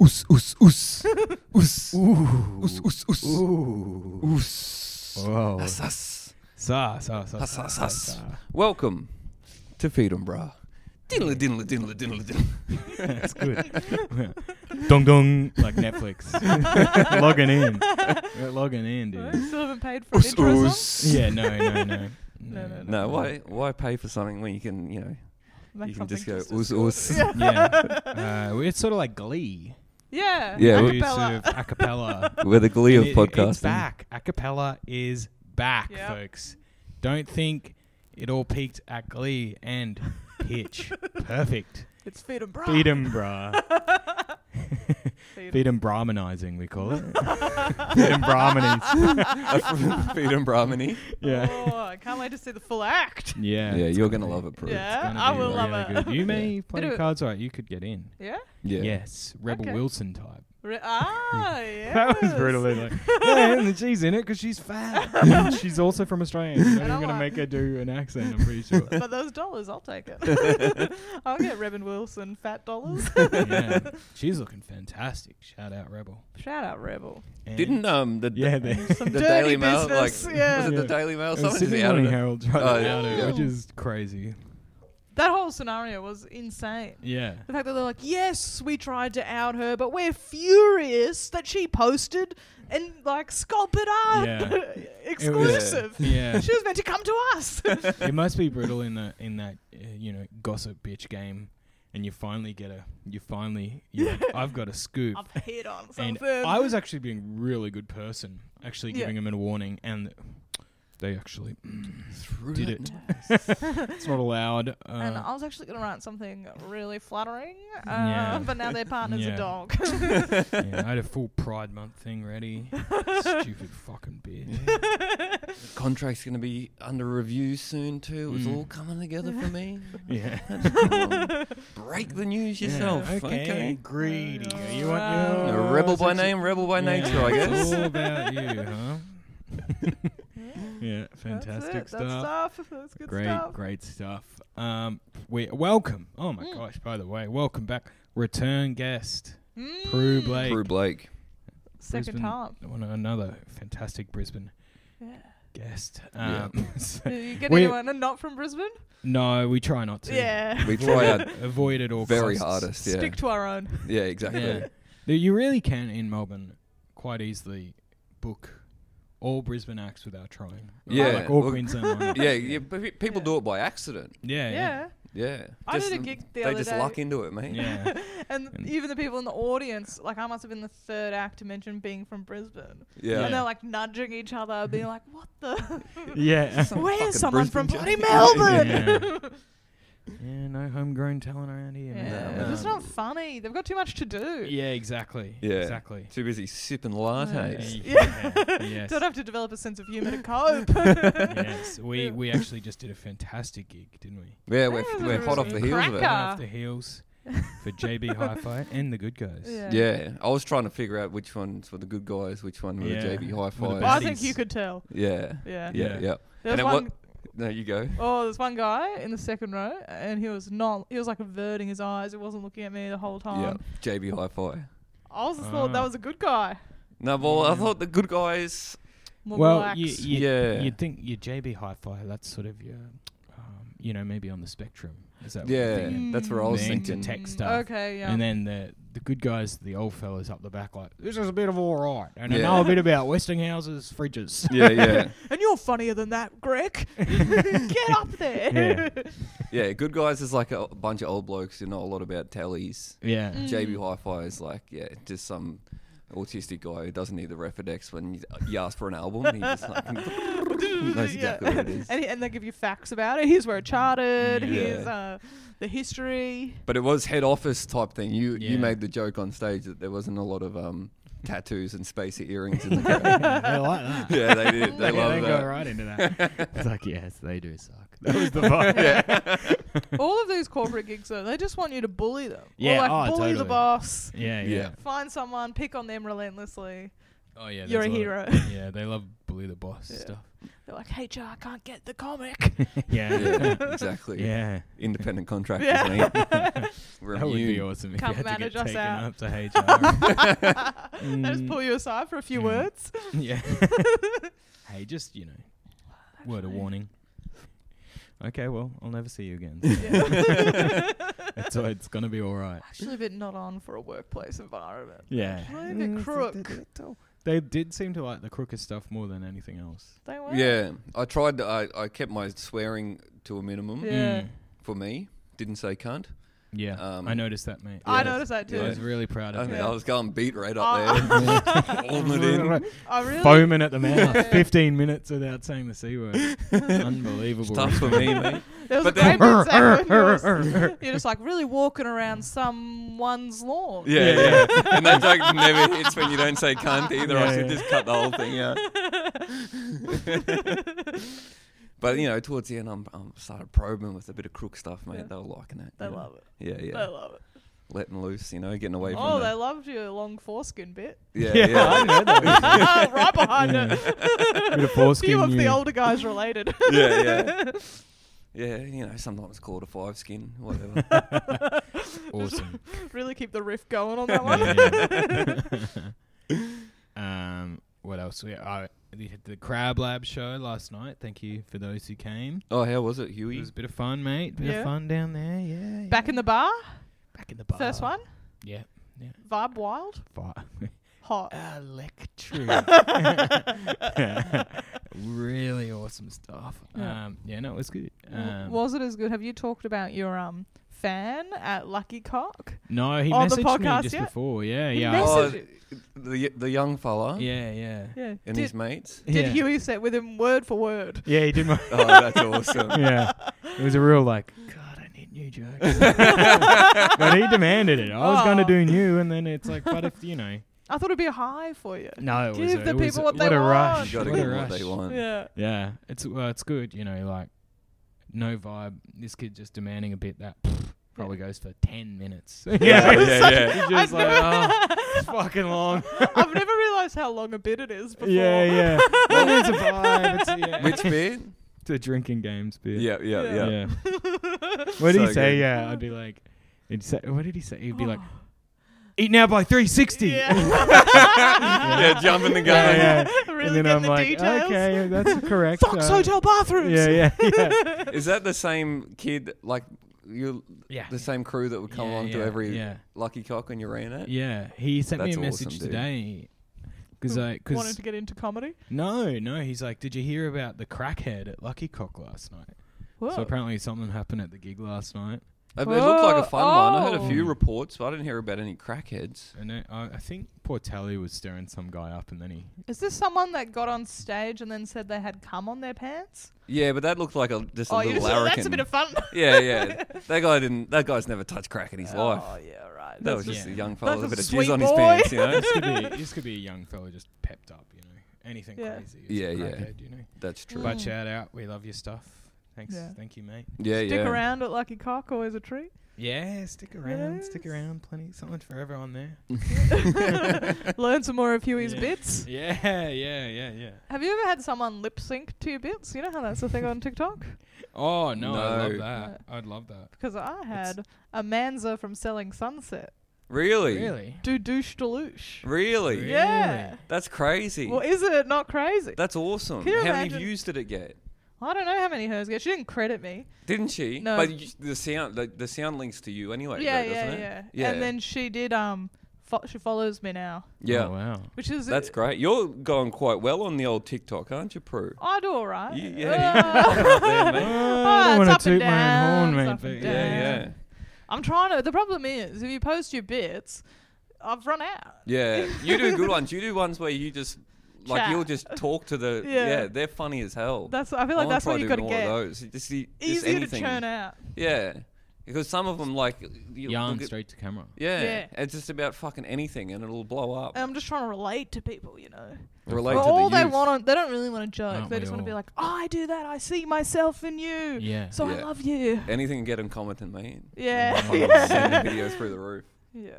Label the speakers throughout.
Speaker 1: Us, us, us. us.
Speaker 2: Ooh.
Speaker 1: Us, us, us.
Speaker 2: Ooh.
Speaker 1: Us.
Speaker 2: Wow.
Speaker 1: Us, us.
Speaker 3: Sa, sa, sa,
Speaker 1: Us,
Speaker 3: sa,
Speaker 1: us,
Speaker 3: sa,
Speaker 1: us.
Speaker 3: sa.
Speaker 1: Welcome to Freedom Bra. Diddle, diddle, diddle, diddle, diddle.
Speaker 3: That's good. dong dong. Like Netflix. logging in. We're logging in,
Speaker 4: I
Speaker 3: dude.
Speaker 4: still haven't paid for an
Speaker 1: Us,
Speaker 4: intro song.
Speaker 1: us.
Speaker 3: Yeah, no, no, no.
Speaker 4: No, no,
Speaker 1: No, why, why pay for something when you can, you know,
Speaker 4: Make
Speaker 1: you can just
Speaker 4: something
Speaker 1: go
Speaker 4: as
Speaker 1: us,
Speaker 4: good.
Speaker 1: us.
Speaker 4: Yeah.
Speaker 3: Yeah. Uh, it's sort of like Glee.
Speaker 4: Yeah.
Speaker 1: Yeah,
Speaker 3: We
Speaker 1: well-
Speaker 4: Acapella.
Speaker 3: do Sort of acapella.
Speaker 1: We're the glee of
Speaker 3: It-
Speaker 1: podcasting.
Speaker 3: It's back. Acapella is back,
Speaker 4: Yep.
Speaker 3: folks. Don't think it all peaked at Glee and Pitch. Perfect.
Speaker 4: It's feed 'em bra.
Speaker 3: Feed 'em, brah.
Speaker 4: Feed 'em.
Speaker 3: Feed 'em Brahmanizing, we call it. Feed 'em Brahmanis.
Speaker 1: Freedom Brahmini.
Speaker 3: yeah.
Speaker 4: Oh, I can't wait to see the full act.
Speaker 3: Yeah.
Speaker 1: Yeah,
Speaker 3: it's
Speaker 1: you're
Speaker 3: gonna
Speaker 1: gonna
Speaker 3: be-
Speaker 1: love it, Prue.
Speaker 4: Yeah.
Speaker 3: it's gonna
Speaker 4: I
Speaker 3: be
Speaker 4: will love it.
Speaker 3: good. You may play
Speaker 4: Bit
Speaker 3: your
Speaker 4: of-
Speaker 3: cards right. You could get in.
Speaker 4: Yeah.
Speaker 1: Yeah.
Speaker 3: Yes. Rebel
Speaker 4: Okay.
Speaker 3: Wilson type.
Speaker 4: Re- ah, yeah.
Speaker 3: That was brutally like, yeah, and she's in it because she's fat. she's also from Australia. So I'm
Speaker 4: And I
Speaker 3: going to
Speaker 4: like-
Speaker 3: make her do an accent, I'm pretty sure.
Speaker 4: But those dollars, I'll take it. I'll get Rebin Wilson fat dollars.
Speaker 3: yeah. She's looking fantastic. Shout out, Rebel.
Speaker 4: Shout out, Rebel.
Speaker 3: And
Speaker 1: Didn't um the
Speaker 3: Yeah, they.
Speaker 4: Some
Speaker 1: the
Speaker 4: dirty
Speaker 1: Daily Mail
Speaker 4: business.
Speaker 1: like
Speaker 4: yeah.
Speaker 1: was it the
Speaker 3: Yeah.
Speaker 1: Daily Mail?
Speaker 3: and
Speaker 1: Someone just
Speaker 3: Sydney
Speaker 1: outed
Speaker 3: Morning
Speaker 1: it.
Speaker 3: Herald tried
Speaker 1: Oh,
Speaker 3: to
Speaker 1: yeah.
Speaker 3: out
Speaker 4: Yeah.
Speaker 3: it, which is crazy.
Speaker 4: That whole scenario was insane.
Speaker 3: Yeah.
Speaker 4: The fact that they're like, yes, we tried to out her, but we're furious that she posted and like sculpted up
Speaker 3: Yeah.
Speaker 4: exclusive.
Speaker 3: Yeah.
Speaker 4: She was meant to come to us.
Speaker 3: it must be brutal in the in that uh, you know gossip bitch game, and you finally get a you finally you're like, I've got a scoop.
Speaker 4: I've hit on
Speaker 3: and
Speaker 4: something.
Speaker 3: I was actually being a really good person, actually
Speaker 4: Yeah.
Speaker 3: giving them a warning, and they actually did it. it's not allowed.
Speaker 4: and
Speaker 3: Uh,
Speaker 4: I was actually going to write something really flattering, uh,
Speaker 3: Yeah.
Speaker 4: but now their partner's
Speaker 3: Yeah.
Speaker 4: a dog.
Speaker 3: yeah, I had a full Pride Month thing ready. Stupid fucking bitch.
Speaker 1: The contract's gonna be under review soon too. It's
Speaker 3: Mm.
Speaker 1: all coming together for me.
Speaker 3: Yeah.
Speaker 1: Break the news
Speaker 3: Yeah,
Speaker 1: yourself.
Speaker 3: okay.
Speaker 1: okay.
Speaker 3: Greedy. You
Speaker 4: Wow.
Speaker 3: want
Speaker 1: A
Speaker 3: your
Speaker 1: rebel by
Speaker 3: sexy-
Speaker 1: name, rebel by
Speaker 3: Yeah,
Speaker 1: nature, I
Speaker 3: It's all
Speaker 1: guess.
Speaker 3: about you, huh? yeah,
Speaker 4: That's
Speaker 3: fantastic
Speaker 4: it.
Speaker 3: stuff.
Speaker 4: That's stuff. That's good
Speaker 3: great,
Speaker 4: stuff.
Speaker 3: great stuff. Um, we welcome. Oh my
Speaker 4: Mm.
Speaker 3: gosh! By the way, welcome back, return guest Prue
Speaker 4: Mm.
Speaker 3: Blake.
Speaker 1: Prue Blake.
Speaker 4: Second
Speaker 3: Brisbane-
Speaker 4: time.
Speaker 3: One- Another fantastic Brisbane
Speaker 4: Yeah.
Speaker 3: guest.
Speaker 1: Yeah.
Speaker 3: Um, so-
Speaker 4: Do you get
Speaker 3: We-
Speaker 4: anyone and not from Brisbane?
Speaker 3: no, we try not to.
Speaker 4: Yeah.
Speaker 1: We try our
Speaker 3: Avoid it all.
Speaker 1: very
Speaker 3: costs.
Speaker 1: hardest, yeah.
Speaker 4: Stick to our own.
Speaker 1: Yeah, exactly.
Speaker 3: Yeah. Th- You really can in Melbourne quite easily book all Brisbane acts without trying.
Speaker 1: Yeah,
Speaker 3: like all
Speaker 1: well-
Speaker 3: Queensland. lineup.
Speaker 1: Yeah, yeah, but pe- people
Speaker 4: Yeah.
Speaker 1: do it by accident.
Speaker 3: yeah,
Speaker 4: Yeah.
Speaker 3: yeah,
Speaker 1: Yeah.
Speaker 4: I
Speaker 1: Just-
Speaker 4: did a gig the
Speaker 1: They
Speaker 4: other
Speaker 1: just
Speaker 4: day.
Speaker 1: luck into it, mate.
Speaker 3: yeah.
Speaker 4: And,
Speaker 3: And-
Speaker 4: even the people in the audience, like I must have been the third act to mention being from Brisbane.
Speaker 1: Yeah.
Speaker 4: And they're like nudging each other, being like, what the?
Speaker 3: yeah.
Speaker 1: fucking
Speaker 4: Where's someone
Speaker 1: Brisbane
Speaker 4: from bloody
Speaker 1: joke.
Speaker 4: Melbourne?
Speaker 3: Yeah. yeah, no homegrown talent around here. man.
Speaker 4: Yeah.
Speaker 1: No,
Speaker 4: It's
Speaker 1: no.
Speaker 4: not funny. They've got too much to do.
Speaker 3: Yeah, exactly.
Speaker 1: Yeah.
Speaker 3: Exactly.
Speaker 1: Too busy sipping lattes.
Speaker 3: Yeah. yes.
Speaker 4: Don't have to develop a sense of humour to cope.
Speaker 3: yes. We we actually just did a fantastic gig, didn't we?
Speaker 1: Yeah, we're,
Speaker 4: Yeah,
Speaker 1: we're
Speaker 4: there
Speaker 1: hot
Speaker 4: was
Speaker 1: off
Speaker 4: a
Speaker 1: the heels of it.
Speaker 3: Right
Speaker 4: cracker.
Speaker 3: off the heels for JB Hi-Fi and the Good Guys.
Speaker 4: Yeah.
Speaker 1: Yeah, I was trying to figure out which ones were the good guys, which one were
Speaker 3: Yeah.
Speaker 1: the JB Hi
Speaker 3: Were the
Speaker 4: Well, I
Speaker 1: Fi.
Speaker 4: think
Speaker 3: Baddies.
Speaker 4: you could tell.
Speaker 1: Yeah.
Speaker 4: Yeah.
Speaker 1: Yeah,
Speaker 3: Yeah.
Speaker 1: yeah.
Speaker 4: There
Speaker 1: And
Speaker 4: was
Speaker 1: it
Speaker 4: one,
Speaker 1: wa- No, you go.
Speaker 4: oh, there's one guy in the second row, and he was not. He was like averting his eyes. He wasn't looking at me the whole time.
Speaker 1: Yeah, JB Hi Fi.
Speaker 4: I also thought that
Speaker 3: Ah.
Speaker 4: was a good guy.
Speaker 1: No, well, I
Speaker 3: Mm.
Speaker 1: thought the good guys.
Speaker 4: More
Speaker 3: Well,
Speaker 4: relaxed.
Speaker 3: you, you,
Speaker 1: Yeah.
Speaker 3: you'd think your JB Hi-Fi, that's sort of your, um, you know, maybe on the spectrum. Is that what
Speaker 1: Yeah,
Speaker 3: you're thinking?
Speaker 1: that's where I
Speaker 4: Mm.
Speaker 1: was
Speaker 3: They're into
Speaker 1: thinking.
Speaker 3: tech
Speaker 4: Mm,
Speaker 3: stuff.
Speaker 4: Okay, yeah.
Speaker 3: And then the the good guys, the old fellas up the back, like this is a bit of all right, and
Speaker 1: Yeah.
Speaker 3: I know a bit about Westinghouse's fridges.
Speaker 1: yeah, yeah,
Speaker 4: and you're funnier than that, Greg. Get up there.
Speaker 1: yeah. Good guys is like a bunch of old blokes who know a lot about tallies.
Speaker 3: Yeah,
Speaker 4: Mm.
Speaker 1: JB Hi-Fi is like, yeah, just some autistic guy who doesn't need the Refidex when you, you ask for an album. He just like, knows exactly
Speaker 4: Yeah.
Speaker 1: what it is.
Speaker 4: and, he- and they give you facts about it. Here's where it charted.
Speaker 3: Yeah.
Speaker 4: Here's uh, the history.
Speaker 1: But it was head office type thing. You you
Speaker 3: Yeah.
Speaker 1: made the joke on stage that there wasn't a lot of um, tattoos and spacey earrings in the crowd.
Speaker 3: they like that.
Speaker 1: yeah, they did. They
Speaker 3: Yeah,
Speaker 1: love
Speaker 3: go
Speaker 1: that.
Speaker 3: right into that. it's like yes, they do suck. That was the vibe.
Speaker 4: All of these corporate gigs, though, they just want you to bully them.
Speaker 3: Yeah,
Speaker 4: or like
Speaker 3: oh,
Speaker 4: bully the
Speaker 3: totally.
Speaker 4: boss.
Speaker 3: Yeah, yeah.
Speaker 1: Yeah.
Speaker 4: Find someone, pick on them relentlessly.
Speaker 3: Oh yeah,
Speaker 4: You're
Speaker 3: there's
Speaker 4: a
Speaker 3: lot of- yeah, they love bully the boss
Speaker 4: Yeah.
Speaker 3: stuff.
Speaker 4: They're like, "Hey, Joe, I can't get the comic."
Speaker 3: Yeah.
Speaker 1: yeah, exactly.
Speaker 3: Yeah.
Speaker 1: Independent contractors.
Speaker 4: yeah.
Speaker 1: Mate.
Speaker 3: That would be
Speaker 1: Review.
Speaker 3: awesome if
Speaker 4: Come
Speaker 3: you had to
Speaker 4: manage us
Speaker 3: get taken
Speaker 4: out.
Speaker 3: up to HR.
Speaker 4: They just pull you aside for a few
Speaker 3: Mm.
Speaker 4: words.
Speaker 3: yeah. hey, just, you know, word of
Speaker 4: Actually.
Speaker 3: warning. Okay, well, I'll never see you again.
Speaker 4: Yeah.
Speaker 3: It's, all- it's going to be all right.
Speaker 4: Actually, a bit not on for a workplace environment.
Speaker 3: Yeah. Mm.
Speaker 4: Kind of crook.
Speaker 3: They did seem to like the crooker stuff more than anything else.
Speaker 4: They were.
Speaker 1: Yeah, I tried. to- I I kept my swearing to a minimum
Speaker 4: Yeah.
Speaker 3: Mm.
Speaker 1: for me. Didn't say cunt.
Speaker 3: Yeah.
Speaker 1: Um,
Speaker 3: I noticed that, mate.
Speaker 4: I
Speaker 1: Yeah.
Speaker 4: noticed that too.
Speaker 3: I
Speaker 1: Yeah.
Speaker 3: was really proud
Speaker 1: I,
Speaker 3: of
Speaker 1: mean,
Speaker 3: it.
Speaker 1: I was going beat right up
Speaker 4: Oh.
Speaker 1: there. Holding it in.
Speaker 4: I really.
Speaker 3: Foaming at the mouth.
Speaker 4: Yeah.
Speaker 3: 15 minutes without saying the C word. Unbelievable.
Speaker 1: It's tough for
Speaker 3: respect.
Speaker 1: me, mate.
Speaker 4: There was
Speaker 1: But
Speaker 4: a great
Speaker 1: then-
Speaker 4: bit, Zach, when you were- You're just like really walking around someone's lawn.
Speaker 1: Yeah,
Speaker 3: Yeah,
Speaker 1: yeah. and that joke never hits when you don't say cunt either. I
Speaker 3: Yeah,
Speaker 1: should
Speaker 3: yeah.
Speaker 1: just cut the whole thing out. But you know, towards the end, I'm, I'm started probing with a bit of crook stuff, mate.
Speaker 4: Yeah.
Speaker 1: They were liking it.
Speaker 4: They
Speaker 1: you know.
Speaker 4: love it.
Speaker 1: Yeah, yeah.
Speaker 4: They love it.
Speaker 1: Letting loose, you know, getting away
Speaker 4: Oh,
Speaker 1: from.
Speaker 4: they
Speaker 1: the,
Speaker 4: loved your long foreskin bit.
Speaker 1: yeah,
Speaker 3: Yeah,
Speaker 1: yeah.
Speaker 3: I know that.
Speaker 4: right behind
Speaker 3: Bit of
Speaker 4: it. Few
Speaker 3: foreskin,
Speaker 4: of the
Speaker 3: yeah.
Speaker 4: older guys related.
Speaker 1: yeah, yeah. Yeah, you know, sometimes called a five skin, whatever.
Speaker 3: Awesome.
Speaker 4: really keep the riff going on that one.
Speaker 3: Yeah, yeah. um, what else? We I we had the Crab Lab show last night. Thank you for those who came.
Speaker 1: oh, how was it, Huey?
Speaker 3: It was a bit of fun, mate. Bit
Speaker 4: Yeah.
Speaker 3: of fun down there. Yeah.
Speaker 4: Back in the bar,
Speaker 3: yeah. back in the bar.
Speaker 4: first one,
Speaker 3: Yeah.
Speaker 4: vibe wild,
Speaker 3: Fire.
Speaker 4: hot.
Speaker 3: Electric. really awesome stuff.
Speaker 4: Yeah.
Speaker 3: Um, yeah, no, it was good.
Speaker 4: W-
Speaker 3: Um,
Speaker 4: was it as good? Have you talked about your um fan at Lucky Cock?
Speaker 3: no, he
Speaker 4: on the
Speaker 3: messaged
Speaker 4: podcast
Speaker 3: me just
Speaker 4: yet?
Speaker 3: before. Yeah,
Speaker 4: He
Speaker 3: yeah. I-
Speaker 1: oh,
Speaker 4: messaged-
Speaker 1: the the young fella
Speaker 3: yeah, yeah.
Speaker 4: Yeah.
Speaker 1: and
Speaker 4: did
Speaker 1: his mates.
Speaker 3: Yeah.
Speaker 4: did Huey set with him word for word?
Speaker 3: Yeah, he did my.
Speaker 1: Oh, that's awesome.
Speaker 3: yeah. It was a real like, God, I need new jokes. but he demanded it. I was going to
Speaker 4: Oh.
Speaker 3: do new, and then it's like, but if you know,
Speaker 4: I thought it'd be a high for you.
Speaker 3: no, it was
Speaker 4: Give
Speaker 3: a-
Speaker 4: the
Speaker 3: it was
Speaker 4: people
Speaker 3: a-
Speaker 4: Oh, what they
Speaker 3: a
Speaker 4: want.
Speaker 1: You
Speaker 3: rush!
Speaker 1: got to
Speaker 3: what a
Speaker 1: get what
Speaker 3: rush!
Speaker 1: they want.
Speaker 4: Yeah.
Speaker 3: Yeah, it's well, it's good, you know, like no vibe. This kid just demanding a bit that probably goes for ten minutes. yeah,
Speaker 1: yeah, yeah.
Speaker 3: He's
Speaker 4: I've
Speaker 3: just like,
Speaker 4: never-
Speaker 3: oh, it's fucking long.
Speaker 4: I've never realised how long a bit it is before.
Speaker 3: yeah, yeah. Well, it's a vibe. It's, yeah.
Speaker 1: Which bit?
Speaker 3: the drinking games bit.
Speaker 1: Yeah, yeah, yeah.
Speaker 4: Yeah.
Speaker 3: What did
Speaker 1: So
Speaker 3: he say?
Speaker 1: good.
Speaker 3: Yeah, I'd be like, he'd say, what did he say? He'd
Speaker 4: Oh.
Speaker 3: be like, eat now by 360.
Speaker 1: Yeah,
Speaker 4: yeah.
Speaker 1: jumping the gun.
Speaker 3: Yeah, yeah.
Speaker 4: Really
Speaker 3: and then
Speaker 4: getting
Speaker 3: I'm
Speaker 4: the
Speaker 3: like,
Speaker 4: details.
Speaker 3: okay, that's correct.
Speaker 4: Fox
Speaker 3: uh,
Speaker 4: Hotel bathrooms.
Speaker 3: Yeah, yeah, yeah.
Speaker 1: Is that the same kid? Like you,
Speaker 3: yeah.
Speaker 1: the same crew that would come
Speaker 3: Yeah,
Speaker 1: along to
Speaker 3: yeah,
Speaker 1: every
Speaker 3: yeah.
Speaker 1: lucky cock when you ran it.
Speaker 3: Yeah, he sent
Speaker 1: That's
Speaker 3: me a message
Speaker 1: awesome, dude.
Speaker 3: today. 'Cause I,
Speaker 4: Wanted
Speaker 3: cause
Speaker 4: to get into comedy.
Speaker 3: no, no, he's like, did you hear about the crackhead at Lucky Cock last night?
Speaker 4: Whoa.
Speaker 3: So apparently something happened at the gig last night,
Speaker 1: It, it looked like a
Speaker 4: Oh,
Speaker 1: fun one. I heard a few
Speaker 3: oh.
Speaker 1: reports, but I didn't hear about any crackheads.
Speaker 3: and I, I I think Portelli was stirring some guy up, and then he,
Speaker 4: Is this someone that got on stage and then said they had cum on their pants?
Speaker 1: Yeah, but that looked like a just a
Speaker 4: oh, you
Speaker 1: little
Speaker 4: just
Speaker 1: larrikin.
Speaker 4: that's a bit of fun.
Speaker 1: yeah, yeah. That guy didn't. That guy's never touched crack in his life.
Speaker 4: Oh yeah, right.
Speaker 1: That
Speaker 4: That's
Speaker 1: was just
Speaker 3: yeah.
Speaker 1: a young fella with a bit
Speaker 4: That's
Speaker 1: of
Speaker 4: a
Speaker 1: jizz on
Speaker 4: sweet
Speaker 1: his
Speaker 4: boy.
Speaker 1: pants, you know.
Speaker 3: this could be, this could be a young fella just pepped up, you know, anything
Speaker 4: Yeah.
Speaker 3: crazy. is a
Speaker 1: Yeah, yeah.
Speaker 3: crackhead, You know,
Speaker 1: That's true.
Speaker 3: but
Speaker 4: Mm.
Speaker 3: shout out, we love your stuff. Thanks,
Speaker 4: Yeah.
Speaker 3: thank you, mate.
Speaker 1: Yeah,
Speaker 4: Stick
Speaker 1: yeah.
Speaker 4: around at Lucky Cock, always a treat.
Speaker 3: Yeah, stick around, stick
Speaker 4: Yes.
Speaker 3: around, plenty something for everyone there.
Speaker 4: Learn some more of Huey's
Speaker 3: Yeah.
Speaker 4: bits.
Speaker 3: Yeah, yeah, yeah, yeah.
Speaker 4: Have you ever had someone lip sync to your bits? You know how that's a thing on TikTok?
Speaker 3: Oh no, I love
Speaker 1: No.
Speaker 3: that. I'd love that.
Speaker 4: Because I had a Manza from Selling Sunset
Speaker 1: Really?
Speaker 3: Really?
Speaker 4: do douche deluche.
Speaker 1: Really?
Speaker 3: Really?
Speaker 4: Yeah.
Speaker 1: That's crazy.
Speaker 4: Well, is it not crazy?
Speaker 1: That's awesome.
Speaker 4: Can you
Speaker 1: How many
Speaker 4: imagine-
Speaker 1: views did it get?
Speaker 4: I don't know how many hers get. She didn't credit me.
Speaker 1: Didn't she?
Speaker 4: No.
Speaker 1: But you, the sound, the, the sound links to you anyway.
Speaker 4: yeah,
Speaker 1: though,
Speaker 4: yeah,
Speaker 1: doesn't
Speaker 4: yeah,
Speaker 1: It? Yeah.
Speaker 4: And then she did. Um, fo- she follows me now,
Speaker 1: yeah.
Speaker 3: Oh, wow.
Speaker 4: which is
Speaker 1: That's great. You're going quite well on the old TikTok, aren't you, Prue?
Speaker 4: uh, I do all right.
Speaker 1: You- yeah,
Speaker 4: Uh,
Speaker 1: you're up there, mate.
Speaker 3: I
Speaker 4: it's
Speaker 3: don't want
Speaker 4: up
Speaker 3: to
Speaker 4: and
Speaker 3: toot my own
Speaker 4: down,
Speaker 3: horn,
Speaker 4: it's
Speaker 3: mate.
Speaker 4: up
Speaker 3: But
Speaker 4: and
Speaker 1: Yeah, yeah,
Speaker 4: I'm trying to. The problem is, if you post your bits, I've run out.
Speaker 1: yeah. You do good ones. You do ones where you just like
Speaker 4: Chat.
Speaker 1: you'll just talk to the.
Speaker 4: Yeah.
Speaker 1: Yeah, they're funny as hell.
Speaker 4: That's. I feel like
Speaker 1: I wanna
Speaker 4: that's
Speaker 1: try
Speaker 4: what you've got
Speaker 1: doing
Speaker 4: to
Speaker 1: more of
Speaker 4: get.
Speaker 1: those. Just, the- just
Speaker 4: Easier to
Speaker 1: anything.
Speaker 4: churn out.
Speaker 1: Yeah, because some of them like you
Speaker 3: Yarn
Speaker 1: look at-
Speaker 3: straight to camera.
Speaker 1: Yeah,
Speaker 4: Yeah.
Speaker 1: it's just about fucking anything, and it'll blow up.
Speaker 4: And I'm just trying to relate to people, you know.
Speaker 1: Relate
Speaker 4: Well,
Speaker 1: to
Speaker 4: all
Speaker 1: the
Speaker 4: they
Speaker 1: youth.
Speaker 4: want, on, they don't really want to joke.
Speaker 3: Aren't
Speaker 4: they
Speaker 3: we
Speaker 4: just want to be
Speaker 3: all?
Speaker 4: like, oh, "I do that. I see myself in you.
Speaker 3: Yeah.
Speaker 4: So I
Speaker 1: Yeah.
Speaker 4: love you."
Speaker 1: Anything can get them commenting, mate.
Speaker 4: Yeah.
Speaker 1: Fucking
Speaker 4: yeah.
Speaker 1: Sending videos through the roof.
Speaker 4: Yeah.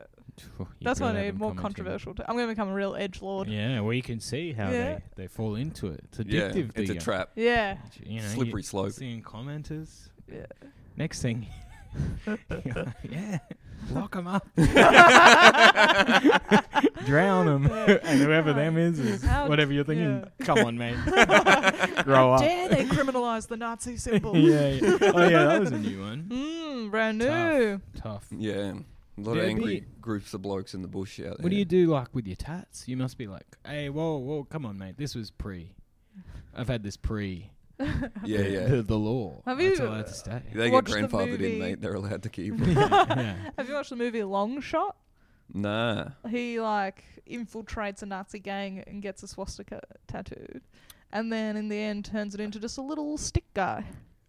Speaker 4: That's what I need. More controversial. i am I'm going to become a real edge lord. Yeah.
Speaker 3: Yeah, well, you can see how
Speaker 4: Yeah.
Speaker 3: they, they fall into it. It's
Speaker 1: yeah,
Speaker 3: addictive.
Speaker 1: it's a
Speaker 3: Dion.
Speaker 1: trap.
Speaker 4: Yeah.
Speaker 3: You know,
Speaker 1: Slippery
Speaker 3: you
Speaker 1: slope.
Speaker 3: Seeing commenters. Next thing. you're like, yeah, lock them up. Drown them. and whoever them is, is
Speaker 4: How
Speaker 3: whatever
Speaker 4: d-
Speaker 3: you're thinking.
Speaker 4: yeah.
Speaker 3: Come on, mate. Grow up.
Speaker 4: Dare they criminalize the Nazi symbol?
Speaker 3: yeah, yeah. Oh, yeah, that was a new one.
Speaker 4: Mm, brand new.
Speaker 3: Tough. Tough.
Speaker 1: Yeah. A lot
Speaker 3: Yeah,
Speaker 1: of
Speaker 3: be-
Speaker 1: angry groups of blokes in the bush out there.
Speaker 3: What do you do, like, with your tats? You must be like, hey, whoa, whoa, come on, mate. This was pre. I've had this pre
Speaker 1: Yeah,
Speaker 3: the,
Speaker 1: yeah.
Speaker 3: The, the law.
Speaker 4: Have
Speaker 3: That's
Speaker 4: you-
Speaker 3: allowed to stay.
Speaker 1: They get
Speaker 4: Watch the
Speaker 1: grandfathered
Speaker 4: movie.
Speaker 1: in, mate. They're allowed to keep.
Speaker 3: yeah.
Speaker 4: Have you watched the movie Long Shot?
Speaker 1: nah.
Speaker 4: He like infiltrates a Nazi gang and gets a swastika tattooed, and then in the end turns it into just a little stick guy.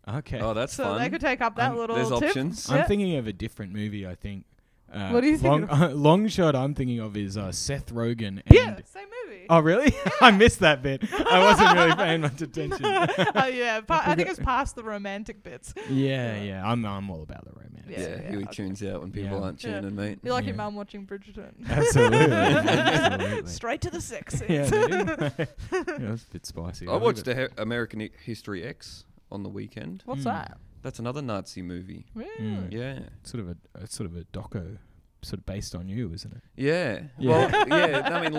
Speaker 3: Okay.
Speaker 1: Oh, that's
Speaker 4: so
Speaker 1: fun.
Speaker 4: they could take up that
Speaker 3: Um,
Speaker 4: little.
Speaker 1: there's
Speaker 4: tip.
Speaker 1: options.
Speaker 4: Yeah.
Speaker 3: I'm thinking of a different movie. I think. Uh,
Speaker 4: What are you
Speaker 3: long,
Speaker 4: thinking
Speaker 3: long shot. I'm thinking of is uh, Seth Rogen. And
Speaker 4: yeah, same movie.
Speaker 3: Oh really? I missed that bit. I wasn't really paying much attention.
Speaker 4: oh yeah, pa- I think it's past the romantic bits.
Speaker 3: yeah, yeah. I'm I'm all about the romance.
Speaker 1: yeah,
Speaker 4: Yeah, yeah,
Speaker 1: Huey
Speaker 4: okay.
Speaker 1: tunes out when people
Speaker 3: Yeah.
Speaker 1: aren't
Speaker 4: Yeah.
Speaker 1: tuning, mate.
Speaker 4: You're like your
Speaker 3: Yeah.
Speaker 4: mum watching Bridgerton.
Speaker 3: Absolutely. Absolutely.
Speaker 4: Straight to the sex.
Speaker 3: yeah,
Speaker 4: scenes.
Speaker 3: that was a bit spicy.
Speaker 1: I watched a he- American Hi- History X on the weekend.
Speaker 4: What's
Speaker 3: Mm.
Speaker 4: that?
Speaker 1: That's another Nazi movie.
Speaker 4: Really?
Speaker 3: Mm.
Speaker 1: Yeah.
Speaker 3: sort of a, a sort of a doco, sort of based on you, isn't it?
Speaker 1: Yeah.
Speaker 3: Yeah.
Speaker 1: Well, yeah, I mean,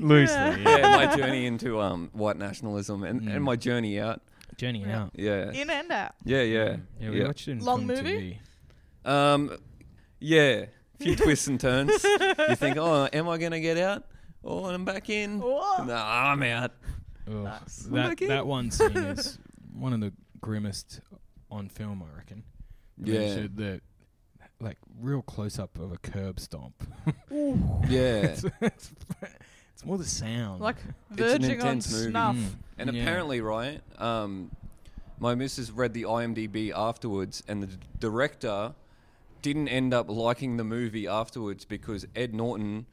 Speaker 3: Loosely.
Speaker 1: yeah, my journey into um, white nationalism and,
Speaker 3: Mm.
Speaker 1: and my journey out.
Speaker 3: Journey
Speaker 4: Yeah.
Speaker 3: out.
Speaker 1: Yeah.
Speaker 4: In and out.
Speaker 1: Yeah, yeah.
Speaker 3: Yeah, we watched it in
Speaker 4: Long
Speaker 3: film
Speaker 4: movie?
Speaker 3: TV.
Speaker 1: Um, yeah. A few twists and turns. You think, oh, am I going to get out? Oh, I'm back in.
Speaker 4: Whoa.
Speaker 1: No, I'm out.
Speaker 3: Ugh,
Speaker 4: Nice.
Speaker 3: That,
Speaker 4: Okay.
Speaker 3: that one scene is one of the grimmest on film, I reckon. I mean,
Speaker 1: Yeah.
Speaker 3: so the like real close up of a curb stomp.
Speaker 1: Yeah.
Speaker 3: it's, it's, it's more the sound.
Speaker 4: Like
Speaker 1: It's an
Speaker 4: verging on
Speaker 1: intense movie.
Speaker 4: snuff.
Speaker 3: Mm,
Speaker 1: And
Speaker 3: yeah.
Speaker 1: apparently, right, um, my missus read the IMDb afterwards, and the d- director didn't end up liking the movie afterwards because Ed Norton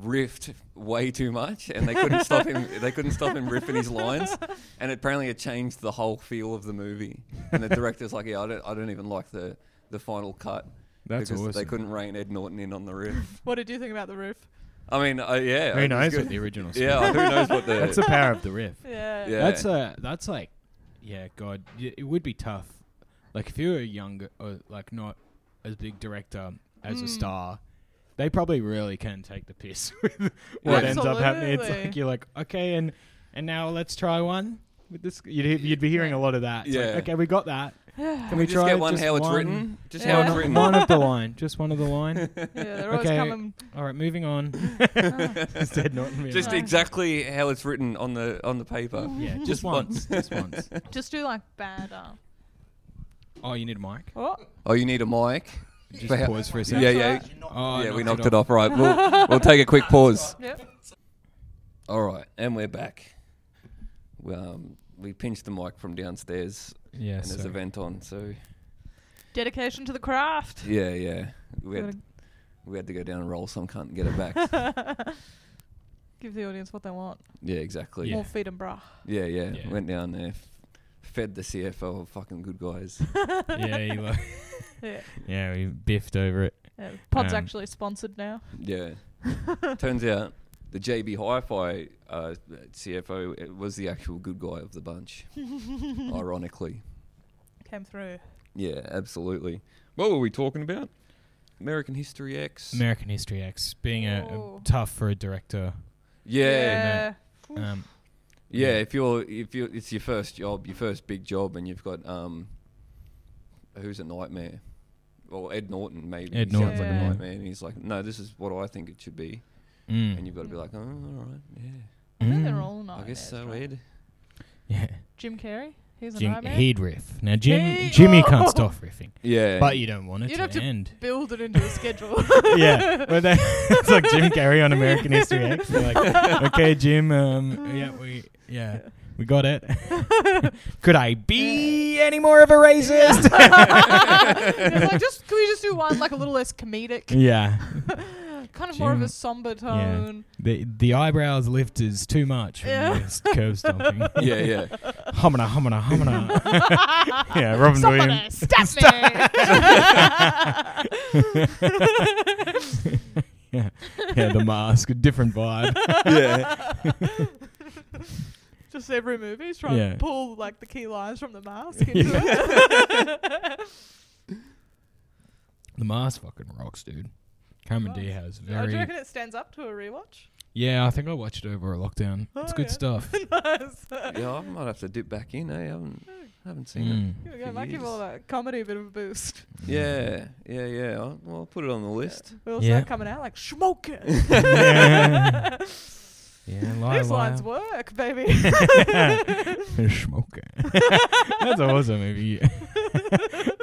Speaker 1: riffed way too much, and they couldn't stop him. They couldn't stop him riffing his lines, and apparently, it changed the whole feel of the movie. And the director's like, "Yeah, I don't, I don't even like the the final cut."
Speaker 3: That's
Speaker 1: because They
Speaker 3: awesome.
Speaker 1: couldn't rein Ed Norton in on the riff.
Speaker 4: What did you think about the roof?
Speaker 1: I mean, uh, yeah.
Speaker 3: who
Speaker 1: it was
Speaker 3: knows
Speaker 1: good.
Speaker 3: what the original score
Speaker 1: Yeah, who knows what the.
Speaker 3: is. That's the power of the riff.
Speaker 4: Yeah.
Speaker 1: Yeah.
Speaker 3: That's a that's like yeah, God, y- it would be tough. Like if you were younger or like not as big director as a
Speaker 4: Mm.
Speaker 3: star, they probably really can take the piss with what ends up happening. It's
Speaker 4: Absolutely.
Speaker 3: like you're like, okay, and and now let's try one with this. You'd, he- you'd be hearing a lot of that. It's like,
Speaker 1: Yeah.
Speaker 3: okay, we got that. Can we,
Speaker 1: we just
Speaker 3: try
Speaker 1: get one
Speaker 3: just
Speaker 1: how it's
Speaker 3: one-
Speaker 1: written? Just
Speaker 4: Yeah.
Speaker 1: how
Speaker 3: One,
Speaker 1: it's written.
Speaker 3: one of the line, just one of the line.
Speaker 4: Yeah, they're always
Speaker 3: Okay.
Speaker 4: coming.
Speaker 3: All right, moving on. Just Ed Norton being
Speaker 1: Just
Speaker 3: like,
Speaker 1: exactly how it's written on the on the paper.
Speaker 3: yeah, just once, just once.
Speaker 4: Just do like bad. Uh,
Speaker 3: Oh, you need a mic.
Speaker 4: oh,
Speaker 1: Oh, you need a mic.
Speaker 3: Just
Speaker 1: But how-
Speaker 3: pause for a
Speaker 1: Yeah,
Speaker 3: second.
Speaker 1: yeah, yeah.
Speaker 4: That's
Speaker 3: Oh, I
Speaker 1: we knocked it off. Right, we'll we'll take a quick pause.
Speaker 4: yep.
Speaker 1: All right, and we're back. We, um, we pinched the mic from downstairs,
Speaker 3: Yeah,
Speaker 1: and there's a
Speaker 3: sorry.
Speaker 1: vent on. So
Speaker 4: Dedication to the craft.
Speaker 1: yeah, yeah, we had,
Speaker 4: Gotta-
Speaker 1: we had to go down and roll some cunt and get it back.
Speaker 4: Give the audience what they want.
Speaker 1: yeah, exactly.
Speaker 3: Yeah.
Speaker 4: More feet and bra.
Speaker 1: Yeah, yeah.
Speaker 3: Yeah.
Speaker 1: Went down there, f- fed the CFO of fucking good guys.
Speaker 3: yeah, he lo-
Speaker 4: Yeah.
Speaker 3: yeah, we biffed over it.
Speaker 4: yeah. the Pod's
Speaker 3: Um,
Speaker 4: actually sponsored now.
Speaker 1: Yeah. Turns out the JB Hi-Fi uh, CFO it was the actual good guy of the bunch, ironically.
Speaker 4: Came through.
Speaker 1: Yeah, absolutely. What were we talking about? American History X.
Speaker 3: American History X being a, a
Speaker 4: Oh.
Speaker 3: tough for a director.
Speaker 1: yeah,
Speaker 4: Yeah.
Speaker 3: Um,
Speaker 1: yeah. If you're, if you, it's your first job, your first big job, and you've got um, who's a nightmare? Well, Ed Norton maybe. He sounds
Speaker 3: Ed
Speaker 4: Norton's
Speaker 1: like
Speaker 4: a
Speaker 1: a
Speaker 4: nightmare.
Speaker 1: nightmare, and he's like, no, this is what I think it should be,
Speaker 3: mm.
Speaker 1: and you've got to be like, oh, all right, yeah,
Speaker 4: I think they're
Speaker 3: Mm.
Speaker 4: all nice.
Speaker 1: I guess so, Ed.
Speaker 3: Yeah,
Speaker 4: Jim Carrey. He's a
Speaker 3: Jim,
Speaker 4: nightmare.
Speaker 3: he'd riff. Now Jim,
Speaker 4: He-
Speaker 3: Jimmy can't
Speaker 4: Oh.
Speaker 3: stop riffing,
Speaker 1: Yeah,
Speaker 3: but you don't want it
Speaker 4: You'd
Speaker 3: to
Speaker 4: have to-
Speaker 3: end.
Speaker 4: Build it into a schedule.
Speaker 3: yeah, but they, it's like Jim Carrey on American History X. They're like, okay, Jim, um, yeah,
Speaker 4: Mm.
Speaker 3: we, yeah, we got it. Could I be any more of a racist?
Speaker 4: it's like just can we just do one like a little less comedic,
Speaker 3: yeah,
Speaker 4: kind of more of a
Speaker 3: Jim-
Speaker 4: somber tone.
Speaker 3: the the eyebrows lift is too much.
Speaker 4: Yeah.
Speaker 3: Yeah, curve stomping.
Speaker 1: yeah, yeah.
Speaker 3: Humana, humana, humana. yeah, Robin
Speaker 4: Somebody
Speaker 3: Williams.
Speaker 4: stab me!
Speaker 3: yeah, yeah, the mask, a different vibe.
Speaker 2: yeah.
Speaker 4: Just every movie, is trying
Speaker 3: Yeah.
Speaker 4: to pull like the key lines from the mask into
Speaker 3: Yeah.
Speaker 4: it.
Speaker 3: The mask fucking rocks, dude. Cameron
Speaker 4: Nice.
Speaker 3: Diaz,
Speaker 4: Oh, do you
Speaker 3: very.
Speaker 4: reckon it stands up to a rewatch?
Speaker 3: Yeah, I think I watched it over a lockdown.
Speaker 4: Oh,
Speaker 3: it's good
Speaker 4: yeah.
Speaker 3: stuff.
Speaker 4: nice.
Speaker 1: yeah, I might have to dip back in. Eh? I haven't, haven't seen it.
Speaker 3: Mm.
Speaker 4: Here we
Speaker 1: For
Speaker 4: go. Might give
Speaker 1: years.
Speaker 4: all that comedy a bit of a boost.
Speaker 1: Yeah, yeah, yeah. I'll, well, I'll put it on the list.
Speaker 4: We'll
Speaker 3: Yeah.
Speaker 4: start coming out like smoke it.
Speaker 3: Yeah. Yeah, lie,
Speaker 4: These
Speaker 3: lie.
Speaker 4: lines work, baby.
Speaker 3: Smoke. That's awesome. If you,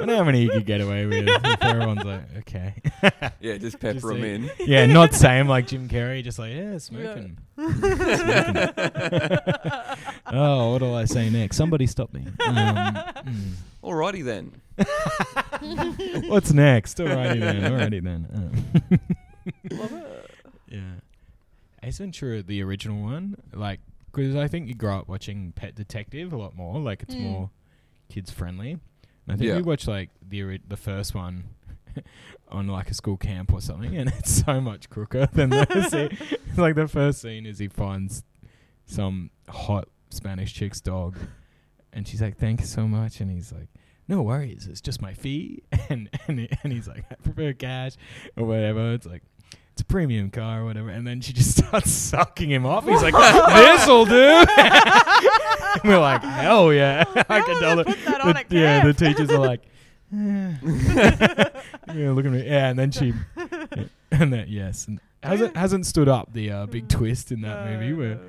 Speaker 3: I wonder how many you could get away with. If everyone's like, okay,
Speaker 1: Yeah, just pepper
Speaker 3: Just
Speaker 1: 'em
Speaker 3: see.
Speaker 1: in.
Speaker 3: yeah, not same like Jim Carrey, just like yeah, smoking. oh, what do I say next? Somebody stop me. Um, mm.
Speaker 1: Alrighty then.
Speaker 3: What's next? Alrighty then. Alrighty then. Um,
Speaker 4: Love it.
Speaker 3: Yeah. Ace Ventura, the original one, like, because I think you grow up watching Pet Detective a lot more. Like, it's
Speaker 4: Mm.
Speaker 3: more kids friendly. And I think
Speaker 1: Yeah.
Speaker 3: we watched, like, the, ori- the first one on, like, a school camp or something, and it's so much crooker than the scene. Like, the first scene is he finds some hot Spanish chick's dog, and she's like, "Thank you so much," and he's like, "No worries, it's just my fee," and and, he- and he's like, "I prefer cash or whatever." It's like. It's a premium car or whatever, and then she just starts sucking him off. He's like, "Ah, "This'll do." And we're like, "Hell yeah!" I
Speaker 4: Hell,
Speaker 3: can
Speaker 4: they
Speaker 3: tell it.
Speaker 4: put that
Speaker 3: the-
Speaker 4: on at
Speaker 3: yeah, the
Speaker 4: camp.
Speaker 3: teachers are like, "Ah." "Yeah, look at me." Yeah, and then she, and then yes, and hasn't hasn't stood up the uh, big twist in that movie where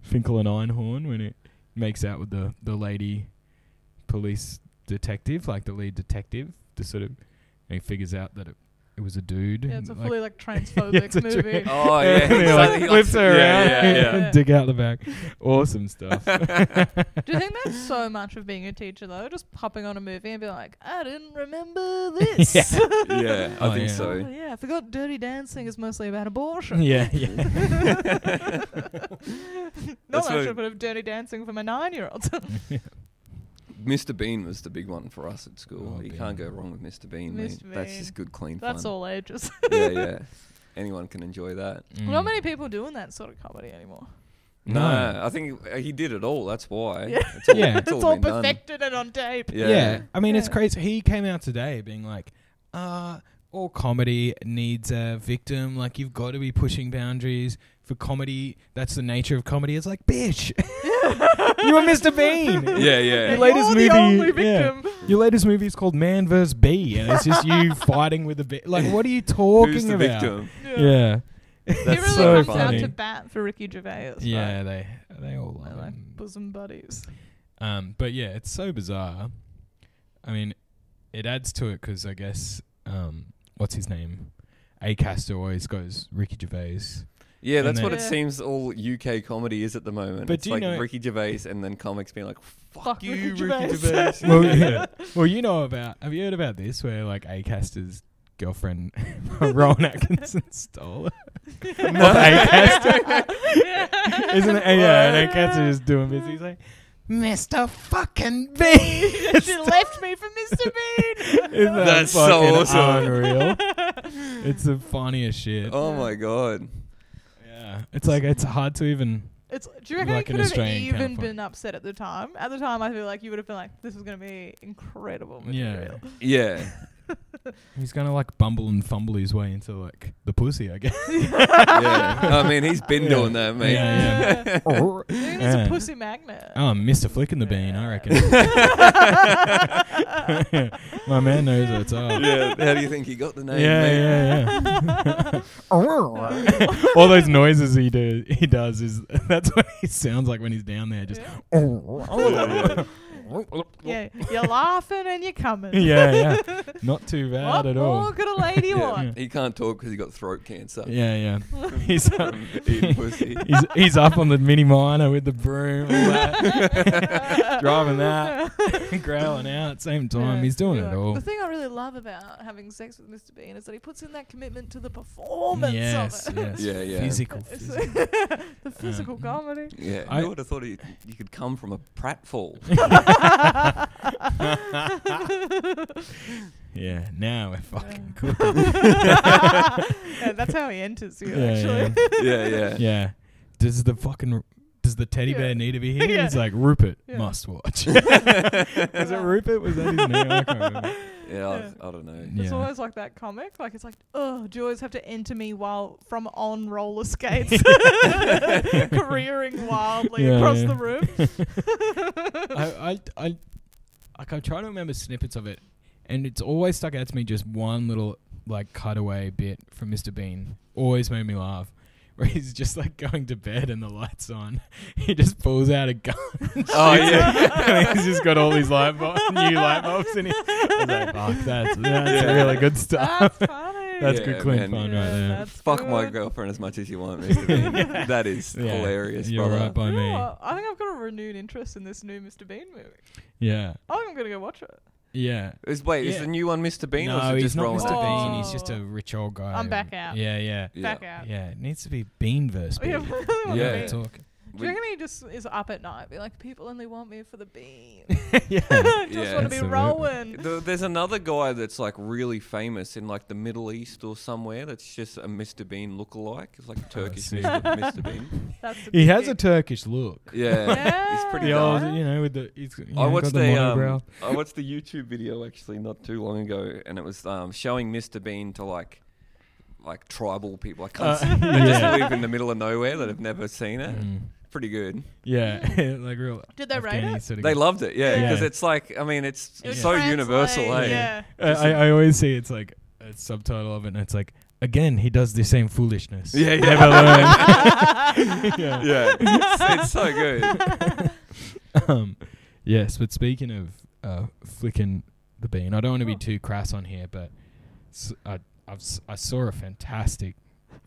Speaker 3: Finkel and Einhorn when it makes out with the, the lady police detective, like the lead detective, to sort of and he figures out that it, it was a dude.
Speaker 4: Yeah, it's a
Speaker 3: and,
Speaker 4: fully
Speaker 3: like,
Speaker 4: like
Speaker 3: Yeah, it's
Speaker 4: transphobic
Speaker 3: a
Speaker 4: movie.
Speaker 3: tra-
Speaker 1: Oh yeah.
Speaker 3: and he,
Speaker 1: So
Speaker 3: like,
Speaker 1: he, like,
Speaker 3: flips her around
Speaker 1: Yeah, yeah, yeah.
Speaker 3: and dig out the back. Awesome stuff. Mm.
Speaker 4: Do you think that's so much of being a teacher though? Just popping on a movie and be like, I didn't remember this.
Speaker 3: Yeah.
Speaker 1: Yeah, I
Speaker 3: Oh,
Speaker 1: think
Speaker 3: yeah.
Speaker 4: Oh,
Speaker 1: so.
Speaker 4: yeah, I forgot Dirty Dancing is mostly about abortion.
Speaker 3: yeah, yeah.
Speaker 4: Not that I
Speaker 1: what-
Speaker 4: should have put up Dirty Dancing for my nine-year-olds.
Speaker 1: Mr. Bean was the big one for us at school.
Speaker 3: Oh,
Speaker 1: you
Speaker 3: Bean.
Speaker 1: can't go wrong with Mr. Bean. man.
Speaker 4: Mr.
Speaker 1: That's
Speaker 4: Bean.
Speaker 1: just good, clean
Speaker 4: That's
Speaker 1: fun.
Speaker 4: all ages.
Speaker 1: yeah, yeah. Anyone can enjoy that.
Speaker 4: Not
Speaker 3: Mm.
Speaker 4: many people doing that sort of comedy anymore.
Speaker 1: No,
Speaker 3: No.
Speaker 1: I think he did it all. That's why.
Speaker 4: Yeah.
Speaker 1: It's all,
Speaker 3: Yeah.
Speaker 1: it's all, been done.
Speaker 4: perfected and on tape.
Speaker 1: Yeah.
Speaker 3: Yeah. I mean, it's
Speaker 4: Yeah.
Speaker 3: crazy. He came out today being like, uh, all comedy needs a victim. Like, you've got to be pushing boundaries for comedy. That's the nature of comedy. It's like, bitch, you were Mr. Bean.
Speaker 1: Yeah, yeah.
Speaker 3: You like- latest
Speaker 4: You're
Speaker 3: movie-
Speaker 4: the only
Speaker 3: yeah.
Speaker 4: victim.
Speaker 3: Your latest movie is called Man vs. Bee, and it's just you fighting with a bee. Like, what are you talking
Speaker 1: Who's the
Speaker 3: about?
Speaker 1: victim?
Speaker 3: Yeah.
Speaker 4: He
Speaker 1: That's
Speaker 4: really
Speaker 3: so
Speaker 4: comes
Speaker 3: funny.
Speaker 4: out to bat for Ricky Gervais.
Speaker 3: Yeah, they they all
Speaker 4: Right?
Speaker 3: love
Speaker 4: They're like
Speaker 3: him.
Speaker 4: bosom buddies.
Speaker 3: Um, but yeah, it's so bizarre. I mean, it adds to it because I guess um, what's his name, Acaster always goes Ricky Gervais.
Speaker 1: Yeah,
Speaker 3: And
Speaker 1: that's
Speaker 3: then-
Speaker 1: what it
Speaker 4: Yeah.
Speaker 1: seems all UK comedy is at the moment.
Speaker 3: But
Speaker 1: it's
Speaker 3: do you
Speaker 1: like
Speaker 3: know-
Speaker 1: Ricky Gervais and then comics being like, fuck,
Speaker 4: Fuck
Speaker 1: you,
Speaker 4: Ricky
Speaker 1: Ricky,
Speaker 4: Gervais."
Speaker 1: Gervais.
Speaker 3: well, yeah. well, you know about. Have you heard about this where like Acaster's girlfriend Rowan Atkinson stole her? Not Acaster. Isn't it? Yeah, and Acaster just doing this. He's like, Mister Fucking B.
Speaker 4: she left me for Mr. Bean.
Speaker 3: Isn't that
Speaker 1: That's so
Speaker 3: fucking
Speaker 1: awesome.
Speaker 3: Unreal. It's the funniest shit.
Speaker 1: Oh my god.
Speaker 3: Yeah, it's like it's hard to even.
Speaker 4: It's, do you reckon you
Speaker 3: Like an
Speaker 4: could have
Speaker 3: Australian
Speaker 4: even
Speaker 3: counterpart.
Speaker 4: been upset at the time? At the time, I feel like you would have been like, "This is going to be incredible."
Speaker 3: Yeah,
Speaker 4: Material.
Speaker 1: Yeah.
Speaker 3: he's gonna like bumble and fumble his way into like the pussy, I guess.
Speaker 1: yeah. I mean, he's been
Speaker 3: Yeah.
Speaker 1: doing that, mate.
Speaker 3: Yeah, yeah. oh,
Speaker 4: I think
Speaker 3: Yeah. Oh,
Speaker 4: it's a pussy magnet.
Speaker 3: Mister Flick in the bean, I reckon. My man knows what's up.
Speaker 1: Yeah, How do you think he got the
Speaker 3: Oh. yeah,
Speaker 1: name? mate?
Speaker 3: yeah, yeah. All those noises he do, he does is that's what he sounds like when he's down there, just. Oh.
Speaker 4: yeah.
Speaker 3: yeah,
Speaker 4: Yeah, you're laughing and you're coming.
Speaker 3: yeah, not too bad
Speaker 4: what
Speaker 3: at
Speaker 4: more
Speaker 3: all.
Speaker 4: could a lady
Speaker 1: Yeah.
Speaker 4: want?
Speaker 1: He can't talk because he got throat cancer.
Speaker 3: Yeah, yeah. He's up,
Speaker 1: Eating pussy.
Speaker 3: he's, he's up on the mini miner with the broom, all that. driving that, growling out. Same time,
Speaker 4: Yeah,
Speaker 3: he's doing
Speaker 4: you're
Speaker 3: it
Speaker 4: like-
Speaker 3: all.
Speaker 4: The thing I really love about having sex with Mr. Bean is that he puts in that commitment to the performance
Speaker 3: yes,
Speaker 4: of it.
Speaker 3: yes.
Speaker 1: Yeah, yeah.
Speaker 3: Physical,
Speaker 4: It's
Speaker 3: physical.
Speaker 4: the physical comedy.
Speaker 1: Yeah,
Speaker 3: I-
Speaker 1: I would have thought you, you could come from a pratfall.
Speaker 3: Yeah, now we're fucking cool.
Speaker 4: yeah, that's how he enters you,
Speaker 3: Yeah,
Speaker 4: actually.
Speaker 1: yeah, yeah.
Speaker 3: Yeah. Does the fucking does the teddy
Speaker 4: Yeah.
Speaker 3: bear need to be here?
Speaker 4: Yeah.
Speaker 3: He's like Rupert
Speaker 4: Yeah.
Speaker 3: must watch. Was it Rupert? Was that his name? I can't remember.
Speaker 1: Yeah, I- I, don't know.
Speaker 4: It's
Speaker 3: Yeah.
Speaker 4: always like that comic. Like it's like, oh, do you always have to enter me while from on roller skates, careering wildly
Speaker 3: Yeah,
Speaker 4: across
Speaker 3: yeah.
Speaker 4: the room?
Speaker 3: I, I, I, like I try to remember snippets of it, and it's always stuck out to me just one little like cutaway bit from Mr. Bean. Always made me laugh. Where he's just like going to bed and the lights on, he just pulls out a gun.
Speaker 1: Oh,
Speaker 3: yeah, he's just got all these light bulbs, new light bulbs in him. I was like, fuck, that's that's
Speaker 1: Yeah.
Speaker 3: really good
Speaker 4: That's
Speaker 3: stuff.
Speaker 4: funny.
Speaker 3: That's
Speaker 1: Yeah,
Speaker 3: good, clean
Speaker 1: man.
Speaker 3: fun
Speaker 4: Yeah,
Speaker 3: right there.
Speaker 4: that's
Speaker 1: Fuck my
Speaker 4: good.
Speaker 1: girlfriend as much as you want, Mr. Bean. That is
Speaker 3: Yeah,
Speaker 1: hilarious,
Speaker 3: You're
Speaker 1: brother.
Speaker 3: right by
Speaker 4: You know
Speaker 3: me.
Speaker 4: what? I think I've got a renewed interest in this new Mr. Bean movie.
Speaker 3: Yeah,
Speaker 4: I think I'm gonna go watch it.
Speaker 3: yeah.
Speaker 1: Is, wait,
Speaker 3: Yeah.
Speaker 1: is the new one Mr. Bean or is
Speaker 3: no,
Speaker 1: it
Speaker 3: he's
Speaker 1: just
Speaker 3: not
Speaker 1: Roland?
Speaker 3: Mr.
Speaker 4: Oh.
Speaker 3: Bean. He's just a rich old guy.
Speaker 4: I'm back out.
Speaker 3: Yeah, yeah.
Speaker 1: Yeah.
Speaker 4: Back out.
Speaker 3: Yeah, it needs to be bean verse.
Speaker 4: Yeah,
Speaker 3: Bean.
Speaker 4: really
Speaker 1: Yeah.
Speaker 4: yeah.
Speaker 1: Bean.
Speaker 3: talk.
Speaker 4: Do you
Speaker 1: We-
Speaker 4: reckon he just is up at night, be like, people only want me for the bean.
Speaker 3: yeah.
Speaker 4: just
Speaker 1: Yeah.
Speaker 4: want to be
Speaker 3: Absolutely.
Speaker 4: rolling.
Speaker 1: Th- There's another guy that's like really famous in like the Middle East or somewhere. That's just a Mr. Bean lookalike. It's like a Turkish
Speaker 3: Oh, see.
Speaker 1: Mr. Mr. Bean.
Speaker 4: That's the
Speaker 3: He has a
Speaker 4: gig.
Speaker 3: Turkish look.
Speaker 1: Yeah, he's pretty
Speaker 3: The
Speaker 4: Yeah.
Speaker 1: dark.
Speaker 3: old, you know, with the he's you know,
Speaker 1: I watched
Speaker 3: got the,
Speaker 1: the,
Speaker 3: monobrow.
Speaker 1: um, I watched the YouTube video actually not too long ago, and it was um, showing Mr. Bean to like like tribal people. I can't.
Speaker 3: Uh,
Speaker 1: they just
Speaker 3: yeah.
Speaker 1: live in the middle of nowhere that have never seen it.
Speaker 3: Mm.
Speaker 1: Pretty good.
Speaker 3: Yeah, like real.
Speaker 4: Did they rate
Speaker 3: Afghani
Speaker 4: it?
Speaker 3: sort of
Speaker 1: They
Speaker 3: guy.
Speaker 1: loved it, yeah,
Speaker 4: Yeah.
Speaker 1: because it's like I mean, it's
Speaker 4: It was
Speaker 1: so
Speaker 4: translate,
Speaker 1: universal, eh?
Speaker 4: Yeah.
Speaker 3: I, I, I always see it's like a subtitle of it, and it's like again he does the same foolishness.
Speaker 1: Yeah, yeah.
Speaker 3: Never learn. yeah.
Speaker 1: yeah. It's, it's so good.
Speaker 3: um, yes, but speaking of uh, flicking the bean, I don't want to be
Speaker 4: Oh.
Speaker 3: too crass on here, but s- I, I've s- I saw a fantastic,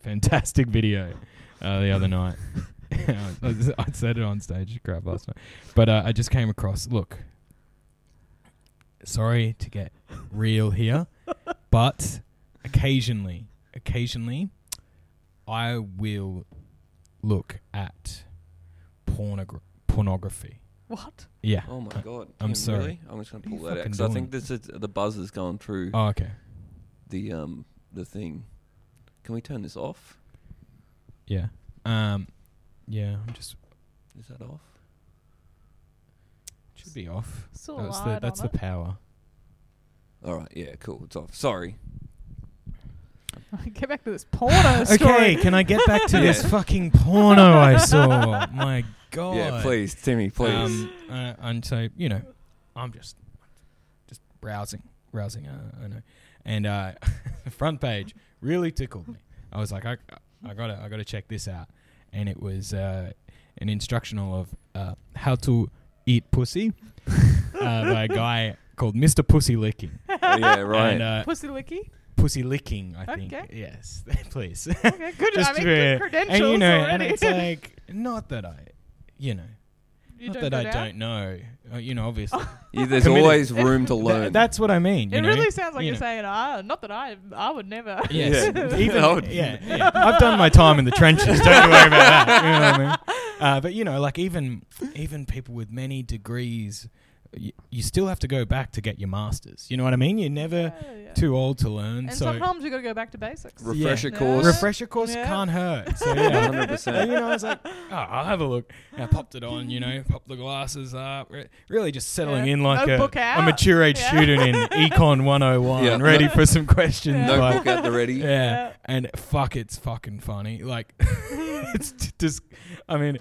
Speaker 3: fantastic video uh, the other night. I, was- I said it on stage, crap last night, but uh, I just came across. Look, sorry to get real here, but occasionally, occasionally, I will look at pornogra- pornography.
Speaker 4: What?
Speaker 3: Yeah. Uh,
Speaker 1: Oh my god!
Speaker 3: I'm
Speaker 1: Tim,
Speaker 3: sorry.
Speaker 1: Really? I'm just gonna
Speaker 3: What
Speaker 1: pull
Speaker 3: are you
Speaker 1: that out
Speaker 3: fucking
Speaker 1: because I think
Speaker 3: doing?
Speaker 1: this is the buzz is going through
Speaker 3: Oh, okay.
Speaker 1: the um the thing. Can we turn this off?
Speaker 3: Yeah. Um, yeah. I'm just
Speaker 1: Is that off?
Speaker 3: should be off.
Speaker 4: Still
Speaker 3: That's the
Speaker 4: lied
Speaker 3: that's
Speaker 4: on
Speaker 3: the power.
Speaker 1: All right. Yeah. Cool. It's off. Sorry.
Speaker 4: it. Get back to this porno story.
Speaker 3: Okay, can I get back to this
Speaker 1: Yeah.
Speaker 3: fucking porno I saw? My God.
Speaker 1: Yeah. Please, Timmy. Please.
Speaker 3: Um, uh, and so you know, I'm just just browsing, browsing. Uh, I know, and uh, the front page really tickled me. I was like, I, I gotta, I gotta check this out. And it was uh, an instructional of uh, how to eat pussy uh, by a guy called Mr. Pussy Licking.
Speaker 1: yeah. Right.
Speaker 3: And, uh,
Speaker 4: Pussy Wiki.
Speaker 3: pussy Licking, I think.
Speaker 4: Okay.
Speaker 3: Yes, please.
Speaker 4: Okay, good. I mean, good
Speaker 3: for-
Speaker 4: credentials
Speaker 3: and you know,
Speaker 4: already.
Speaker 3: and it's like not that I, you know,
Speaker 4: You
Speaker 3: not
Speaker 4: don't
Speaker 3: that
Speaker 4: go
Speaker 3: I
Speaker 4: down?
Speaker 3: don't know. Uh, you know, obviously.
Speaker 1: Yeah, there's
Speaker 3: committed.
Speaker 1: always room to
Speaker 3: Th-
Speaker 1: learn.
Speaker 3: that's what I mean. you
Speaker 4: It
Speaker 3: know?
Speaker 4: really sounds like
Speaker 3: You
Speaker 4: you're
Speaker 3: know.
Speaker 4: saying, ah, not that I, I would never.
Speaker 3: Yes.
Speaker 1: Yeah.
Speaker 3: Even-
Speaker 1: I would-
Speaker 3: yeah, yeah. I've done my time in the trenches. Don't you worry about that. You know what I mean? Uh, but you know, like even even people with many degrees, you, you still have to go back to get your masters. You know what I mean? You're never
Speaker 4: Yeah, yeah.
Speaker 3: too old to learn.
Speaker 4: And
Speaker 3: so
Speaker 4: sometimes you got to go back to basics.
Speaker 3: Re-
Speaker 1: refresher
Speaker 4: Yeah.
Speaker 1: course.
Speaker 3: refresher course
Speaker 4: Yeah.
Speaker 3: can't hurt. So
Speaker 1: Yeah,
Speaker 3: yeah.
Speaker 1: 100%.
Speaker 3: And, you know, I was like, oh, I'll have a look. And I popped it on, you know, popped the glasses up, re- really just settling
Speaker 4: Yeah.
Speaker 3: in like
Speaker 4: Notebook
Speaker 3: a, a
Speaker 4: out.
Speaker 3: mature age
Speaker 4: Yeah.
Speaker 3: student in Econ 101,
Speaker 1: Yeah.
Speaker 3: ready for some questions. like-
Speaker 1: Notebook at the ready.
Speaker 3: yeah.
Speaker 4: Yeah.
Speaker 3: and fuck, it's fucking funny. Like, it's t- just, I mean,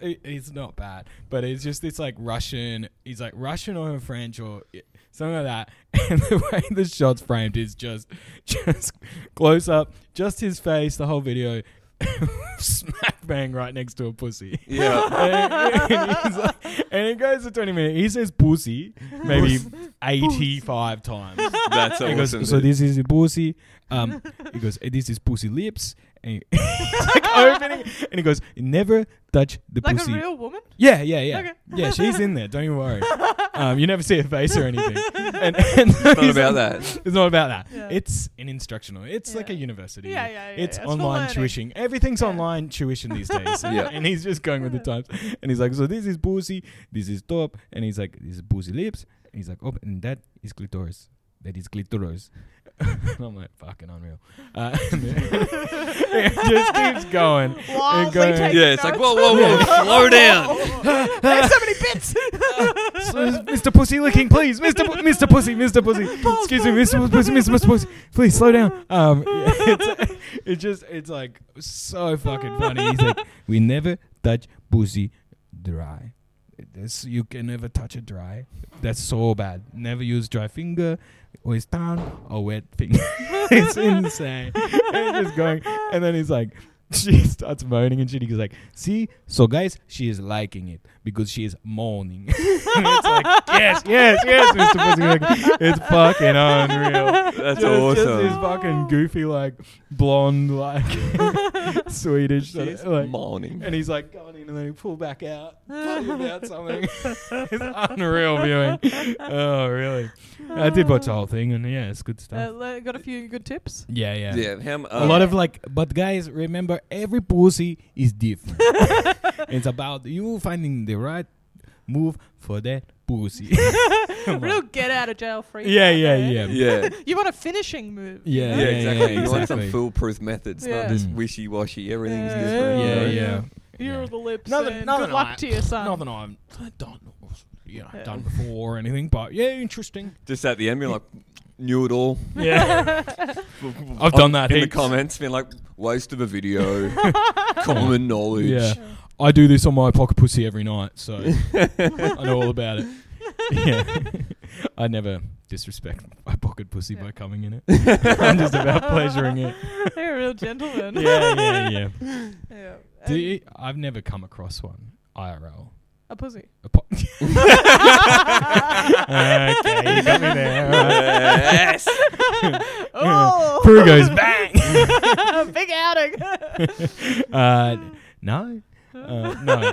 Speaker 3: it, it's not bad, but it's just it's like Russian. He's like Russian or French or i- something like that. And the way the shot's framed is just, just close up, just his face, the whole video, smack bang right next to a pussy.
Speaker 1: Yeah.
Speaker 3: and, he's like, and it goes for 20 minutes. He says pussy maybe 85 times.
Speaker 1: That's
Speaker 3: He goes,
Speaker 1: awesome.
Speaker 3: so
Speaker 1: dude.
Speaker 3: this is the pussy. Um, he goes, "Eh, this is pussy lips. And he- he's like opening, it. and he goes, never touch the
Speaker 4: like
Speaker 3: pussy.
Speaker 4: a real woman.
Speaker 3: yeah, yeah, yeah,
Speaker 4: Okay.
Speaker 3: yeah. She's in there. Don't you worry. Um, you never see a face or anything. And, and it's
Speaker 1: not about that.
Speaker 3: It's not about that.
Speaker 4: Yeah.
Speaker 3: It's an instructional. It's like a
Speaker 4: Yeah.
Speaker 3: university.
Speaker 4: Yeah, yeah, yeah,
Speaker 3: It's
Speaker 4: yeah. It's for
Speaker 3: online
Speaker 4: learning.
Speaker 3: tuition. Everything's
Speaker 4: Yeah.
Speaker 3: online tuition these days.
Speaker 1: Yeah.
Speaker 3: And he's just going with the times. And he's like, so this is pussy, this is top, and he's like, this is pussy lips. And he's like, oh, and that is clitoris. That is clitoris. and I'm like, fucking unreal. Uh, and then- it just keeps going.
Speaker 4: Wildly
Speaker 3: and going.
Speaker 4: taking
Speaker 1: Yeah, it's like,
Speaker 4: notes.
Speaker 1: whoa, whoa, whoa, slow down.
Speaker 4: There's so many bits.
Speaker 3: So, Mr. Pussy licking, please, Mr. Pu- Mr. Pussy, Mr. Pussy.
Speaker 4: Pause,
Speaker 3: Excuse me,
Speaker 4: pause.
Speaker 3: Mr. Pussy, Mr. Mr. Pussy. Please slow down. Um, yeah, it's, it's just, it's like so fucking funny. He's like, we never touch pussy dry. This, you can never touch it dry. That's so bad. Never use dry finger, or it's down, or wet finger. it's insane. And he's just going, and then he's like, she starts moaning and shit. He's like, see, so guys, she is liking it because she is moaning. it's like, yes, yes, yes, Mr. Pussy. Like, it's fucking unreal.
Speaker 1: That's
Speaker 3: Just- Just
Speaker 1: awesome.
Speaker 3: this fucking goofy, like blonde, like Swedish, sort of,
Speaker 1: She's
Speaker 3: like,
Speaker 1: moaning.
Speaker 3: and he's like going in and then he pull back out, talking about something. it's unreal viewing. Oh, really? I did watch the whole thing, and yeah, it's good
Speaker 4: Uh,
Speaker 3: stuff.
Speaker 4: le- got a few good tips.
Speaker 3: Yeah, yeah.
Speaker 1: Yeah, uh, him,
Speaker 3: A lot of like, but guys, remember every pussy is different. it's about you finding the right move for that pussy.
Speaker 4: Real get out of jail free.
Speaker 3: yeah,
Speaker 4: card
Speaker 3: yeah,
Speaker 4: there.
Speaker 3: yeah.
Speaker 1: uh, yeah.
Speaker 4: You want a finishing move.
Speaker 3: Yeah,
Speaker 1: Yeah,
Speaker 3: yeah,
Speaker 1: exactly.
Speaker 3: yeah,
Speaker 1: You want some
Speaker 3: exactly.
Speaker 1: foolproof methods,
Speaker 4: Yeah.
Speaker 1: not this
Speaker 3: Mm.
Speaker 1: wishy washy, everything's
Speaker 4: Yeah.
Speaker 1: different. you
Speaker 3: Yeah,
Speaker 1: know?
Speaker 3: yeah.
Speaker 4: Here
Speaker 3: Yeah.
Speaker 4: are the lips.
Speaker 3: Nothing-
Speaker 4: and
Speaker 3: nothing
Speaker 4: good luck
Speaker 3: like-
Speaker 4: to your son.
Speaker 3: Not that I'm done, you know,
Speaker 4: Yeah.
Speaker 3: done before or anything, but yeah, interesting.
Speaker 1: Just at the end, being like, knew it all.
Speaker 3: Yeah, I've done that
Speaker 1: in the
Speaker 3: heaps.
Speaker 1: comments, being like, waste of a video, common knowledge.
Speaker 3: yeah. I do this on my pocket pussy every night, so I know all about it. Yeah, I never disrespect my pocket pussy by coming in it. I'm just about pleasuring it.
Speaker 4: You're a real gentleman.
Speaker 3: Yeah, yeah, yeah.
Speaker 4: yeah.
Speaker 3: Do
Speaker 4: And
Speaker 3: you, I've never come across one IRL.
Speaker 4: a pussy.
Speaker 3: A po- okay, you got me there. all right.
Speaker 1: Yes.
Speaker 4: Oh,
Speaker 3: Prue goes bang.
Speaker 4: big outing.
Speaker 3: Uh, no, uh, no.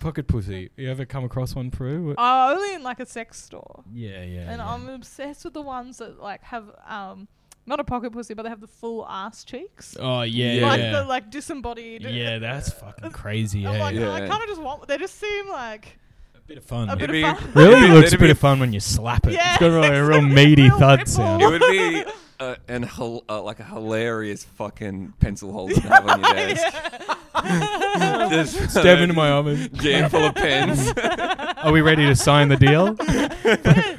Speaker 3: Pocket pussy. You ever come across one, Prue? What-
Speaker 4: uh, only in like a sex store,
Speaker 3: yeah, yeah.
Speaker 4: and
Speaker 3: yeah.
Speaker 4: I'm obsessed with the ones that like have um. Not a pocket pussy, but they have the full ass cheeks.
Speaker 3: oh yeah,
Speaker 4: Like
Speaker 3: yeah.
Speaker 4: the like disembodied.
Speaker 3: yeah, that's fucking crazy. eh?
Speaker 4: I'm
Speaker 3: Yeah,
Speaker 4: like, I
Speaker 1: yeah.
Speaker 4: kind of just want. They just seem like
Speaker 3: a bit of fun.
Speaker 4: a bit
Speaker 1: Maybe-
Speaker 4: of fun.
Speaker 3: really
Speaker 1: It'd be-
Speaker 3: looks a
Speaker 1: it'd
Speaker 3: bit
Speaker 1: be-
Speaker 3: of fun when you slap it.
Speaker 4: Yeah,
Speaker 3: it's got a really a
Speaker 4: it's
Speaker 3: real
Speaker 4: got a
Speaker 3: meaty
Speaker 4: real
Speaker 3: thud
Speaker 4: ripple.
Speaker 3: sound.
Speaker 1: It would be uh, an hil- uh, like a hilarious fucking pencil holder to have on your desk. Just
Speaker 3: Stab into my arm. and-
Speaker 1: jam full of pens.
Speaker 3: Are we ready to sign the deal?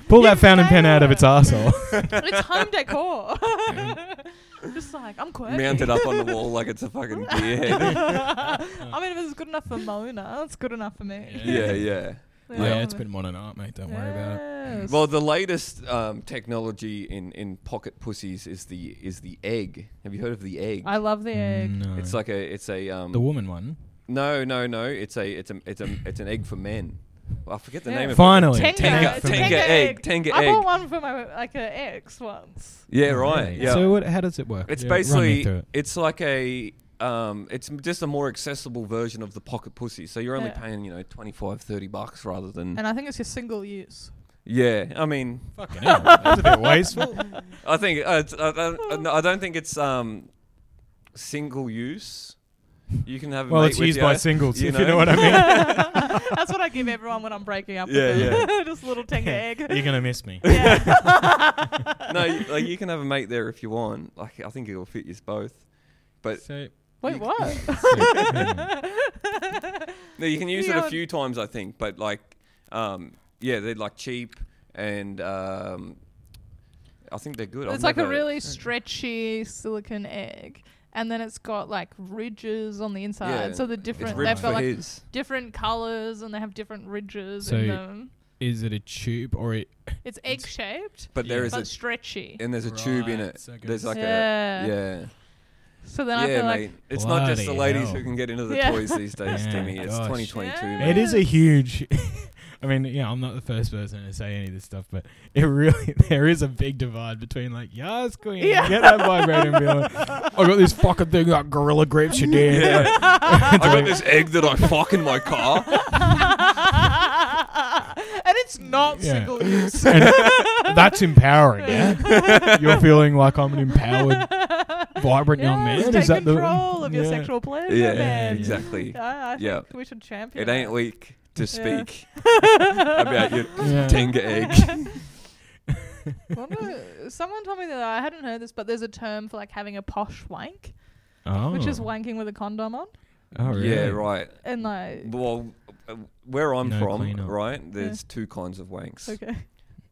Speaker 3: Pull that fountain pen out of its asshole.
Speaker 4: it's home decor. just like I'm quirky.
Speaker 1: mounted up on the wall like it's a fucking gearhead.
Speaker 4: I mean, if it's good enough for Mona, it's good enough for me.
Speaker 1: yeah, yeah.
Speaker 3: Yeah, it's been modern art, mate. Don't worry about it.
Speaker 4: Yes.
Speaker 1: Well, the latest um, technology in, in pocket pussies is the is the egg. Have you heard of the egg?
Speaker 4: I love the egg.
Speaker 3: Mm, No.
Speaker 1: It's like a it's a um,
Speaker 3: the woman one.
Speaker 1: no no no it's a it's a it's a it's an egg for men. I forget the
Speaker 4: Yeah.
Speaker 1: name of it.
Speaker 3: Finally,
Speaker 4: Tenga,
Speaker 1: Tenga-
Speaker 4: it's a
Speaker 1: Tenga egg, Tenga
Speaker 4: I
Speaker 1: egg.
Speaker 4: bought one for my like an ex once.
Speaker 1: Yeah, right. Yeah.
Speaker 3: So what, how does it work?
Speaker 1: It's
Speaker 3: Yeah, run me
Speaker 1: basically
Speaker 3: through it.
Speaker 1: it's like a um, it's m- just a more accessible version of the pocket pussy. So you're only
Speaker 4: Yeah.
Speaker 1: paying you know 25, 30 bucks rather than
Speaker 4: And I think it's your single use.
Speaker 1: yeah. I mean,
Speaker 3: Fucking hell, that's a bit wasteful.
Speaker 1: I think uh, it's, I, I,
Speaker 4: Hmm.
Speaker 1: no, I don't think it's um, single use. You can have a
Speaker 3: Well,
Speaker 1: mate
Speaker 3: it's
Speaker 1: with
Speaker 3: used
Speaker 1: ya,
Speaker 3: by singles, if you know what I mean.
Speaker 4: That's what I give everyone when I'm breaking up.
Speaker 1: Yeah,
Speaker 4: with them. Just a little Tenga egg.
Speaker 3: You're gonna miss me.
Speaker 1: no, you- like you can have a mate there if you want. Like I think it'll fit you both. But
Speaker 3: So, hmm.
Speaker 4: Wait,
Speaker 1: You-
Speaker 4: what?
Speaker 1: no, you can use
Speaker 4: You
Speaker 1: it a
Speaker 4: know-
Speaker 1: few times, I think. But like, um, yeah, they're like cheap and um, I think they're good. I've
Speaker 4: it's like a
Speaker 1: never-
Speaker 4: really stretchy silicon egg, and then it's got like ridges on the inside.
Speaker 1: Yeah,
Speaker 4: So the
Speaker 1: it's
Speaker 4: different
Speaker 1: ribbed
Speaker 4: they've
Speaker 1: for
Speaker 4: got like
Speaker 1: his.
Speaker 4: different colors, and they have different ridges
Speaker 3: So-
Speaker 4: in them.
Speaker 3: is it a tube or it?
Speaker 4: It's egg shaped,
Speaker 1: But
Speaker 3: Yeah.
Speaker 1: there is
Speaker 4: but
Speaker 1: a
Speaker 4: stretchy.
Speaker 1: and there's a tube in
Speaker 3: Right,
Speaker 1: it.
Speaker 3: so it
Speaker 1: There's
Speaker 3: goes-
Speaker 1: like
Speaker 4: Yeah.
Speaker 1: a yeah.
Speaker 4: So then I
Speaker 1: yeah,
Speaker 4: feel
Speaker 1: mate.
Speaker 4: like
Speaker 1: it's not just the
Speaker 3: Bloody
Speaker 1: ladies
Speaker 3: hell.
Speaker 1: who can get into the
Speaker 4: Yeah.
Speaker 1: toys these days,
Speaker 3: Yeah,
Speaker 1: Timmy. It's
Speaker 3: gosh.
Speaker 1: 2022,
Speaker 4: Yeah.
Speaker 1: mate.
Speaker 3: It is a
Speaker 4: Yes.
Speaker 3: huge. I mean, yeah, I'm not the first person to say any of this stuff, but it really there is a big divide between like, yes, queen,
Speaker 4: Yeah.
Speaker 3: get that vibrator and be like, I got this fucking thing like gorilla grips, you did.
Speaker 1: I got this egg that I fuck in my car.
Speaker 4: and it's It's not
Speaker 3: Yeah.
Speaker 4: single use.
Speaker 3: And that's empowering. Yeah, you're feeling like I'm an empowered, vibrant young
Speaker 4: Yes,
Speaker 3: man.
Speaker 4: Take
Speaker 3: Is that the
Speaker 4: control of your
Speaker 3: Yeah.
Speaker 4: sexual pleasure,
Speaker 1: Yeah,
Speaker 4: man.
Speaker 1: exactly.
Speaker 4: I, I
Speaker 1: Yeah.
Speaker 4: think we should champion.
Speaker 1: It ain't weak to
Speaker 4: Yeah.
Speaker 1: speak about your
Speaker 3: Yeah.
Speaker 1: tenga egg.
Speaker 4: Wonder- Someone told me that I hadn't heard this, but there's a term for like having a posh wank,
Speaker 3: Oh.
Speaker 4: which is wanking with a condom on,
Speaker 3: Oh, really?
Speaker 1: Yeah, right.
Speaker 4: and like
Speaker 1: Well, uh, where I'm
Speaker 3: No
Speaker 1: from,
Speaker 3: cleanup. Mm.
Speaker 1: right, there's two kinds of wanks.
Speaker 4: okay,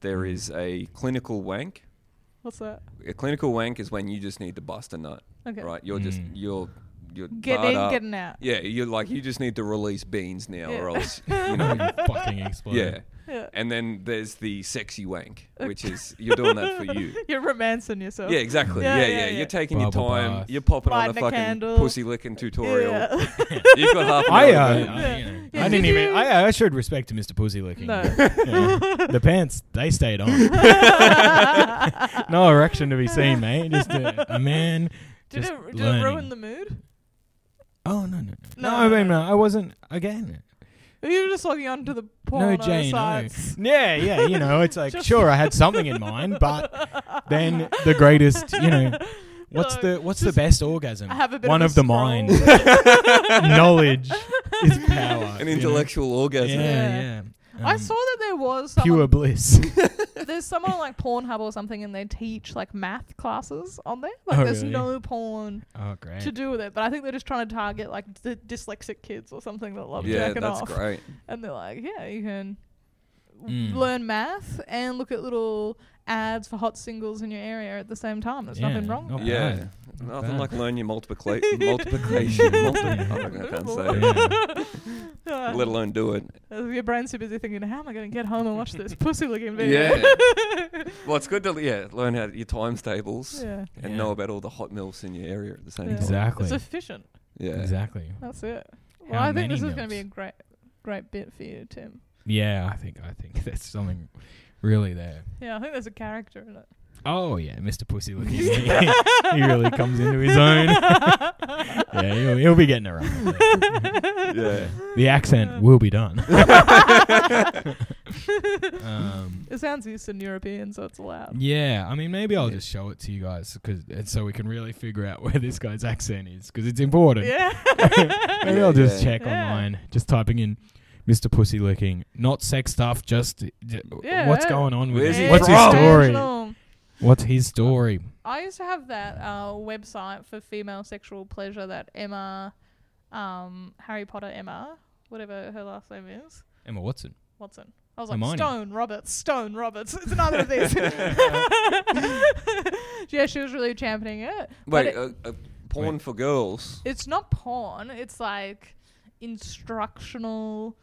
Speaker 1: There is a clinical wank.
Speaker 4: what's that?
Speaker 1: A clinical wank is when you just need to bust a nut,
Speaker 4: Okay,
Speaker 1: right? You're just
Speaker 3: Mm.
Speaker 1: you're you're
Speaker 4: get
Speaker 1: barred
Speaker 4: in,
Speaker 1: up.
Speaker 4: getting out.
Speaker 1: Yeah, you're like you just need to release beans now,
Speaker 4: Yeah.
Speaker 1: or else you know.
Speaker 3: You fucking explode.
Speaker 1: yeah,
Speaker 4: Yeah.
Speaker 1: and then there's the sexy wank, which is you're doing that for you.
Speaker 4: You're romancing yourself.
Speaker 1: Yeah, exactly. Yeah,
Speaker 4: Yeah,
Speaker 1: yeah.
Speaker 4: yeah, yeah.
Speaker 1: You're taking
Speaker 3: Bubble
Speaker 1: your time.
Speaker 3: bath.
Speaker 1: You're popping
Speaker 4: Lighting a
Speaker 1: on a fucking
Speaker 4: candle.
Speaker 1: pussy licking tutorial.
Speaker 4: Yeah.
Speaker 1: You've got half an
Speaker 3: I,
Speaker 1: hour.
Speaker 3: uh,
Speaker 1: to do it.
Speaker 3: I, you know,
Speaker 4: Yeah,
Speaker 3: I didn't
Speaker 4: did
Speaker 3: even.
Speaker 4: you-
Speaker 3: I, I showed respect to Mr. Pussy Licking.
Speaker 4: No.
Speaker 3: Yeah. The pants, they stayed on. no erection to be seen, mate. Just a, a man.
Speaker 4: Did
Speaker 3: just
Speaker 4: it, did
Speaker 3: learning.
Speaker 4: it ruin the mood?
Speaker 3: Oh no, no, no.
Speaker 4: No,
Speaker 3: I
Speaker 4: no,
Speaker 3: mean,
Speaker 4: no.
Speaker 3: no, I wasn't again.
Speaker 4: Or you were just logging on to the porn
Speaker 3: no, Jane. No.
Speaker 4: sites.
Speaker 3: Yeah, yeah. You know, it's like
Speaker 4: Just-
Speaker 3: sure, I had something in mind, but then the greatest, you know, what's
Speaker 4: No,
Speaker 3: the what's the
Speaker 4: just
Speaker 3: best orgasm?
Speaker 4: I have a bit
Speaker 3: One
Speaker 4: of, a
Speaker 3: of the
Speaker 4: scroll.
Speaker 3: mind. Knowledge is power.
Speaker 1: An
Speaker 3: you know?
Speaker 1: intellectual
Speaker 3: uh, Yeah,
Speaker 1: orgasm.
Speaker 4: Yeah.
Speaker 3: yeah.
Speaker 4: I
Speaker 3: Um,
Speaker 4: saw that there was
Speaker 3: pure
Speaker 4: someone,
Speaker 3: bliss.
Speaker 4: there's someone like Pornhub or something, and they teach like math classes on there. Like
Speaker 3: Oh,
Speaker 4: there's
Speaker 3: really?
Speaker 4: no porn
Speaker 3: oh, great.
Speaker 4: to do with it, but I think they're just trying to target like the dyslexic kids or something that love
Speaker 1: Yeah,
Speaker 4: jacking
Speaker 1: that's
Speaker 4: off.
Speaker 1: great.
Speaker 4: And they're like, yeah, you can
Speaker 3: Mm.
Speaker 4: learn math and look at little ads for hot singles in your area at the same time. There's nothing
Speaker 3: Yeah,
Speaker 4: wrong.
Speaker 3: not
Speaker 4: with
Speaker 1: Yeah.
Speaker 3: bad.
Speaker 1: Nothing
Speaker 3: bad.
Speaker 1: like learn your multiplication. multiplication. multi- I don't know, I can't say it.
Speaker 4: that.
Speaker 1: Let alone do it.
Speaker 4: Uh, Your brain's too busy thinking, how am I going to get home and watch this pussy looking video?
Speaker 1: Yeah. Well, it's good to yeah learn how your times tables
Speaker 4: yeah.
Speaker 1: and
Speaker 3: Yeah.
Speaker 1: know about all the hot milfs in your area at the same
Speaker 4: Yeah.
Speaker 1: time.
Speaker 3: Exactly.
Speaker 4: It's efficient.
Speaker 1: Yeah.
Speaker 3: Exactly.
Speaker 4: That's it. Well,
Speaker 3: How
Speaker 4: I think this
Speaker 3: many
Speaker 4: is going to be a
Speaker 3: milfs?
Speaker 4: great, great bit for you, Tim.
Speaker 3: Yeah, I think I think there's something really there.
Speaker 4: Yeah, I think there's a character in it.
Speaker 3: Oh yeah, Mr. Pussy looking. he really comes into his own. yeah, he'll, he'll be getting around.
Speaker 1: Yeah.
Speaker 3: The accent will be done. um,
Speaker 4: It sounds Eastern European, so it's allowed.
Speaker 3: yeah, I mean, maybe I'll just show it to you guys because and so we can really figure out where this guy's accent is because it's important.
Speaker 4: Yeah.
Speaker 3: Maybe I'll
Speaker 1: Yeah.
Speaker 3: just check
Speaker 4: Yeah.
Speaker 3: online, just typing in Mr. Pussy Licking, not sex stuff, just j-
Speaker 4: Yeah,
Speaker 3: what's
Speaker 4: yeah.
Speaker 3: going on with
Speaker 1: Where's
Speaker 3: him?
Speaker 1: he
Speaker 3: What's
Speaker 1: from?
Speaker 3: his story?
Speaker 4: Original.
Speaker 3: What's his story?
Speaker 4: I used to have that uh, website for female sexual pleasure that Emma, um, Harry Potter Emma, whatever her last name is,
Speaker 3: Emma Watson.
Speaker 4: Watson. I was like,
Speaker 3: Hermione.
Speaker 4: Stone Roberts, Stone Roberts. It's neither of these. yeah, she was really championing it. but
Speaker 1: Wait,
Speaker 4: it,
Speaker 1: uh, uh, porn for girls.
Speaker 4: it's not porn. It's like instructional.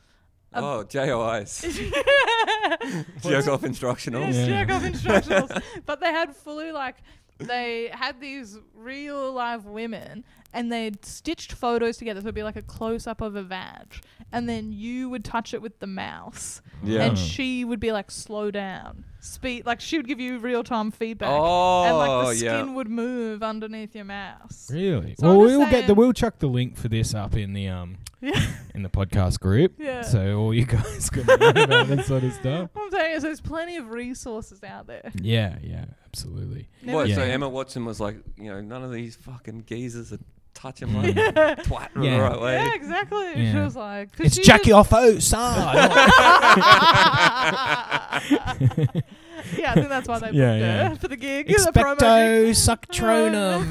Speaker 4: Um,
Speaker 1: oh, JOIs.
Speaker 4: What's-
Speaker 1: Jerk off instructional.
Speaker 4: Yes,
Speaker 3: Yeah.
Speaker 4: jerk off instructionals. but they had fully like they had these real live women and they'd stitched photos together. So it'd be like a close up of a vag. And then you would touch it with the mouse.
Speaker 1: Yeah.
Speaker 4: And
Speaker 3: Oh.
Speaker 4: she would be like, slow down. Speed like she would give you real time feedback.
Speaker 1: Oh,
Speaker 4: and like the skin
Speaker 1: yeah.
Speaker 4: would move underneath your mouse.
Speaker 3: Really?
Speaker 4: So
Speaker 3: well,
Speaker 4: I'm just
Speaker 3: we'll get the
Speaker 4: saying-
Speaker 3: we'll chuck the link for this up in the um
Speaker 4: Yeah.
Speaker 3: in the podcast group.
Speaker 4: Yeah.
Speaker 3: So all you guys can learn about this sort of stuff.
Speaker 4: I'm saying is there's plenty of resources out there.
Speaker 3: Yeah, yeah, absolutely.
Speaker 1: What,
Speaker 3: Yeah.
Speaker 1: So Emma Watson was like, you know, none of these fucking geezers are touching my twat in
Speaker 3: Yeah.
Speaker 1: the right way.
Speaker 4: Yeah, exactly. She
Speaker 3: Yeah.
Speaker 4: was like, 'cause
Speaker 3: It's
Speaker 4: she
Speaker 3: Jackie
Speaker 4: just-
Speaker 3: off outside.
Speaker 4: yeah, I think that's why they
Speaker 3: Yeah,
Speaker 4: booked
Speaker 3: yeah.
Speaker 4: her for the gig. the promo
Speaker 3: Expecto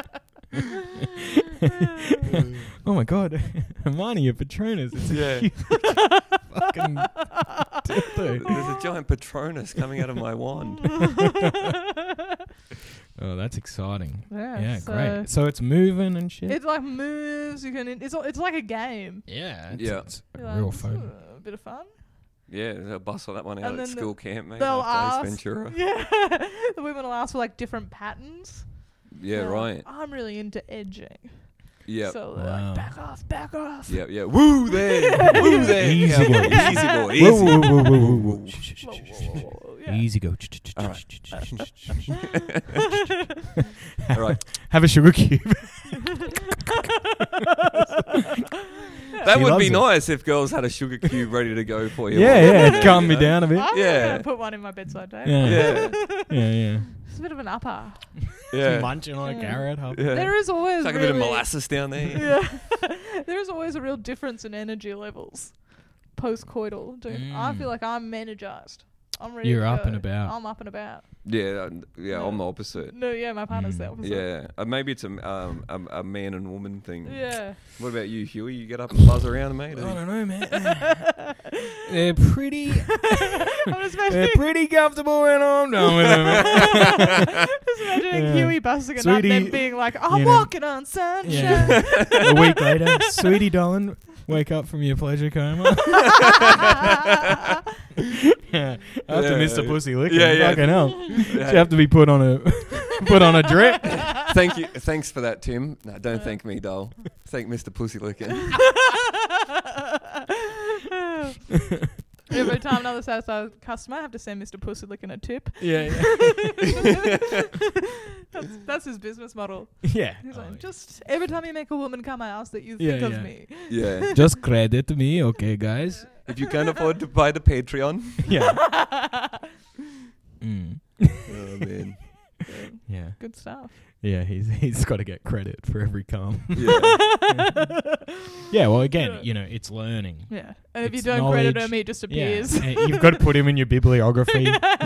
Speaker 3: suctronum.
Speaker 4: gig.
Speaker 3: oh my god, Hermione, your Patronus. It's
Speaker 1: Yeah.
Speaker 3: a fucking dildo.
Speaker 1: There's a giant Patronus coming out of my wand.
Speaker 3: Oh, that's exciting.
Speaker 4: yeah,
Speaker 3: yeah,
Speaker 4: so
Speaker 3: great. So it's moving and shit.
Speaker 4: uh, It like moves. You can. It's it's like a game.
Speaker 3: yeah, it's,
Speaker 1: Yeah.
Speaker 3: it's
Speaker 4: You're
Speaker 3: real
Speaker 4: like,
Speaker 3: fun.
Speaker 4: "Ooh, A bit of fun.
Speaker 1: Yeah, there's a bus on that one
Speaker 4: And
Speaker 1: out
Speaker 4: then
Speaker 1: at
Speaker 4: the-
Speaker 1: school camp, mate.
Speaker 4: They'll
Speaker 1: after
Speaker 4: ask.
Speaker 1: Ace Ventura.
Speaker 4: Yeah, the women will ask for like different patterns.
Speaker 1: Yeah,
Speaker 4: They're like,
Speaker 1: right.
Speaker 4: I'm really into edging.
Speaker 1: Yeah.
Speaker 4: So they're
Speaker 3: Wow.
Speaker 4: like, back off, back off.
Speaker 1: yeah, yeah. Woo there. Woo there.
Speaker 3: Easy
Speaker 1: cowboy.
Speaker 3: boy.
Speaker 1: Easy boy.
Speaker 4: uh,
Speaker 1: Easy.
Speaker 3: Whoa, whoa, whoa, whoa, whoa, whoa. Shh, shh, shh,
Speaker 4: Whoa,
Speaker 3: shh,
Speaker 4: whoa,
Speaker 3: shh,
Speaker 4: whoa,
Speaker 3: shh.
Speaker 4: whoa, yeah.
Speaker 3: Easy go. Ch- ch- ch-
Speaker 1: All
Speaker 3: ch- ch- ch- ch- ch- ch-
Speaker 1: All right.
Speaker 3: Have a sugar cube.
Speaker 1: That
Speaker 3: He
Speaker 1: would
Speaker 3: loves
Speaker 1: be
Speaker 3: it.
Speaker 1: nice if girls had a sugar cube ready to go for you.
Speaker 3: yeah,
Speaker 1: You
Speaker 3: yeah. Calm me
Speaker 1: know?
Speaker 3: down a bit.
Speaker 4: I'm
Speaker 1: Yeah.
Speaker 4: gonna put one in my bedside table.
Speaker 3: Yeah.
Speaker 1: Yeah,
Speaker 3: Yeah, yeah.
Speaker 4: It's a bit of an upper.
Speaker 1: yeah.
Speaker 3: Munching on
Speaker 4: Yeah.
Speaker 3: a carrot. Huh?
Speaker 1: yeah.
Speaker 4: There is always
Speaker 1: It's like a
Speaker 4: really,
Speaker 1: bit of molasses down there.
Speaker 4: Yeah, there is always a real difference in energy levels post-coital. Dude, I
Speaker 3: Mm.
Speaker 4: feel like I'm energized. I'm ready.
Speaker 3: You're
Speaker 4: to
Speaker 3: up
Speaker 4: go.
Speaker 3: and about.
Speaker 4: I'm up and about.
Speaker 1: Yeah, um, yeah, I'm the opposite.
Speaker 4: No, yeah, my partner's
Speaker 3: Mm.
Speaker 4: the opposite.
Speaker 1: Yeah, uh, maybe it's a, m- um, a a man and woman thing.
Speaker 4: Yeah. Oh,
Speaker 1: What about you, Huey? You get up and buzz around, mate. or you-
Speaker 3: know, man. They're pretty.
Speaker 4: I'm just
Speaker 3: They're
Speaker 4: imagining,
Speaker 3: pretty comfortable when I'm done with them.
Speaker 4: just imagining
Speaker 3: Yeah.
Speaker 4: Huey busting it up and
Speaker 3: Sweetie,
Speaker 4: then being like, I'm
Speaker 3: you know.
Speaker 4: walking on sunshine.
Speaker 3: Yeah. a week later, sweetie darling, wake up from your pleasure coma. yeah. After
Speaker 1: Yeah.
Speaker 3: Mr. Pussy licking,
Speaker 1: Yeah, yeah.
Speaker 3: fucking hell.
Speaker 1: Yeah.
Speaker 3: You have to be put on a Um, put on a drip.
Speaker 1: Thank you. Thanks for that, Tim. No,
Speaker 4: Uh.
Speaker 1: don't thank me, doll. Thank Mr. Pussy Licking.
Speaker 4: Every time another satisfied customer, I have to send Mr. Pussy Licking a tip.
Speaker 3: Yeah, yeah.
Speaker 4: that's, that's his business model.
Speaker 3: yeah.
Speaker 4: He's
Speaker 3: Oh,
Speaker 4: like, just every time you make a woman come, I ask that you
Speaker 3: Yeah,
Speaker 4: think of
Speaker 3: yeah.
Speaker 4: me.
Speaker 1: Yeah.
Speaker 3: just credit me, okay, guys.
Speaker 1: If you can't afford to buy the Patreon.
Speaker 3: Yeah. Mm.
Speaker 1: Oh man.
Speaker 3: Yeah.
Speaker 4: Good stuff.
Speaker 3: Yeah, he's he's got to get credit for every calm.
Speaker 1: Yeah.
Speaker 3: yeah, well, again,
Speaker 4: Yeah.
Speaker 3: you know, it's learning.
Speaker 4: Yeah. And if you
Speaker 3: It's
Speaker 4: don't credit
Speaker 3: knowledge.
Speaker 4: him, he just
Speaker 3: Yeah,
Speaker 4: appears.
Speaker 3: Uh, you've got to put him in your bibliography,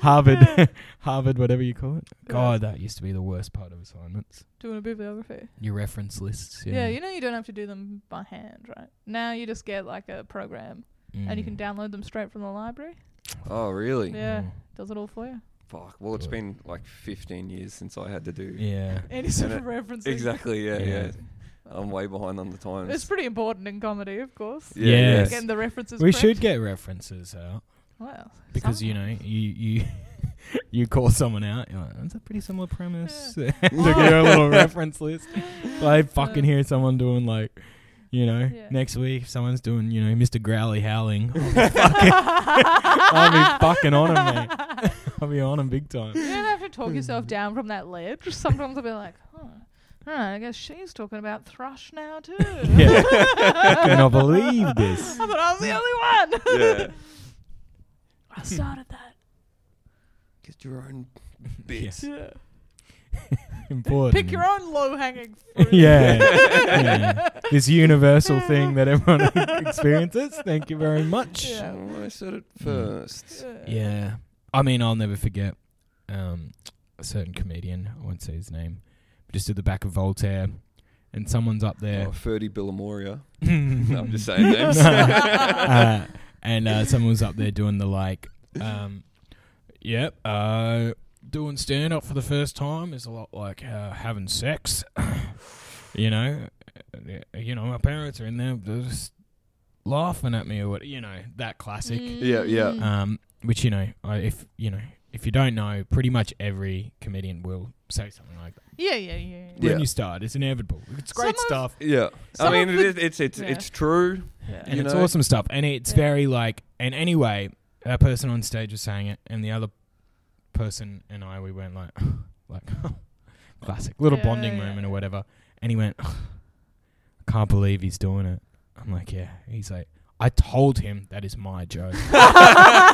Speaker 3: Harvard, Harvard, whatever you call it. God, that used to be the worst part of assignments.
Speaker 4: Doing a bibliography.
Speaker 3: Your reference lists.
Speaker 4: Yeah.
Speaker 3: Yeah,
Speaker 4: you know you don't have to do them by hand, right? Now you just get like a program and
Speaker 3: Mm.
Speaker 4: you can download them straight from the library.
Speaker 1: Oh really?
Speaker 4: Yeah. Does it all for you.
Speaker 1: Fuck. Well, it's been like 15 years since I had to do.
Speaker 3: Yeah.
Speaker 4: Any sort
Speaker 1: And
Speaker 4: of references.
Speaker 1: Exactly. Yeah,
Speaker 3: Yeah.
Speaker 1: yeah. I'm way behind on the times.
Speaker 4: It's pretty important in comedy, of course.
Speaker 1: yeah,
Speaker 3: Yes.
Speaker 1: yeah.
Speaker 4: Getting the references.
Speaker 3: We
Speaker 4: correct.
Speaker 3: should get references out
Speaker 4: Well,
Speaker 3: because you know you you you call someone out. You're like, That's a pretty similar premise. to get a little reference list. I fucking hear someone doing like, you know,
Speaker 4: Yeah.
Speaker 3: next week someone's doing, you know, Mr. Growly howling. I'll be fucking, I'll be fucking on him, mate. I'll be on him big time.
Speaker 4: You don't have to talk yourself down from that ledge. Sometimes I'll be like, huh. All right, I guess she's talking about thrush now too.
Speaker 3: Yeah. Cannot believe this.
Speaker 4: I thought I was the only one.
Speaker 1: yeah.
Speaker 4: I started that.
Speaker 1: Get your own bits.
Speaker 4: Yeah.
Speaker 3: Important.
Speaker 4: Pick your own low-hanging fruit.
Speaker 3: Yeah. Yeah. This universal thing that everyone experiences. Thank you very much. Yeah.
Speaker 4: Yeah.
Speaker 1: Oh, I said it
Speaker 4: Mm.
Speaker 1: first.
Speaker 3: I mean, I'll never forget um, a certain comedian. I won't say his name. Just at the back of Voltaire, and someone's up there.
Speaker 1: Oh, 30 Billamoria. I'm just saying names.
Speaker 3: uh, and uh, someone was up there doing the like, um, yep, uh, doing stand up for the first time is a lot like uh, having sex. you know, Uh, you know, my parents are in there they're just laughing at me or what, you know, that classic.
Speaker 1: Yeah, yeah.
Speaker 4: Mm.
Speaker 3: Um, which you know, I, if you know, if you don't know, pretty much every comedian will say something like that
Speaker 4: Yeah, yeah, yeah. yeah.
Speaker 1: Yeah.
Speaker 3: when you start. It's inevitable. It's great
Speaker 4: Some
Speaker 3: stuff.
Speaker 1: Yeah.
Speaker 4: Some
Speaker 1: I
Speaker 4: of
Speaker 1: mean,
Speaker 4: the-
Speaker 1: it is, it's it's
Speaker 4: Yeah.
Speaker 1: it's true.
Speaker 4: Yeah.
Speaker 3: and
Speaker 1: you
Speaker 3: it's
Speaker 1: know?
Speaker 3: awesome stuff. And it's
Speaker 4: Yeah.
Speaker 3: very like, and anyway, a person on stage was saying it, and the other person and I, we went like, like, classic little
Speaker 4: Yeah,
Speaker 3: bonding
Speaker 4: yeah.
Speaker 3: moment or whatever. And he went, I can't believe he's doing it. I'm like, yeah. He's like, I told him that is my joke.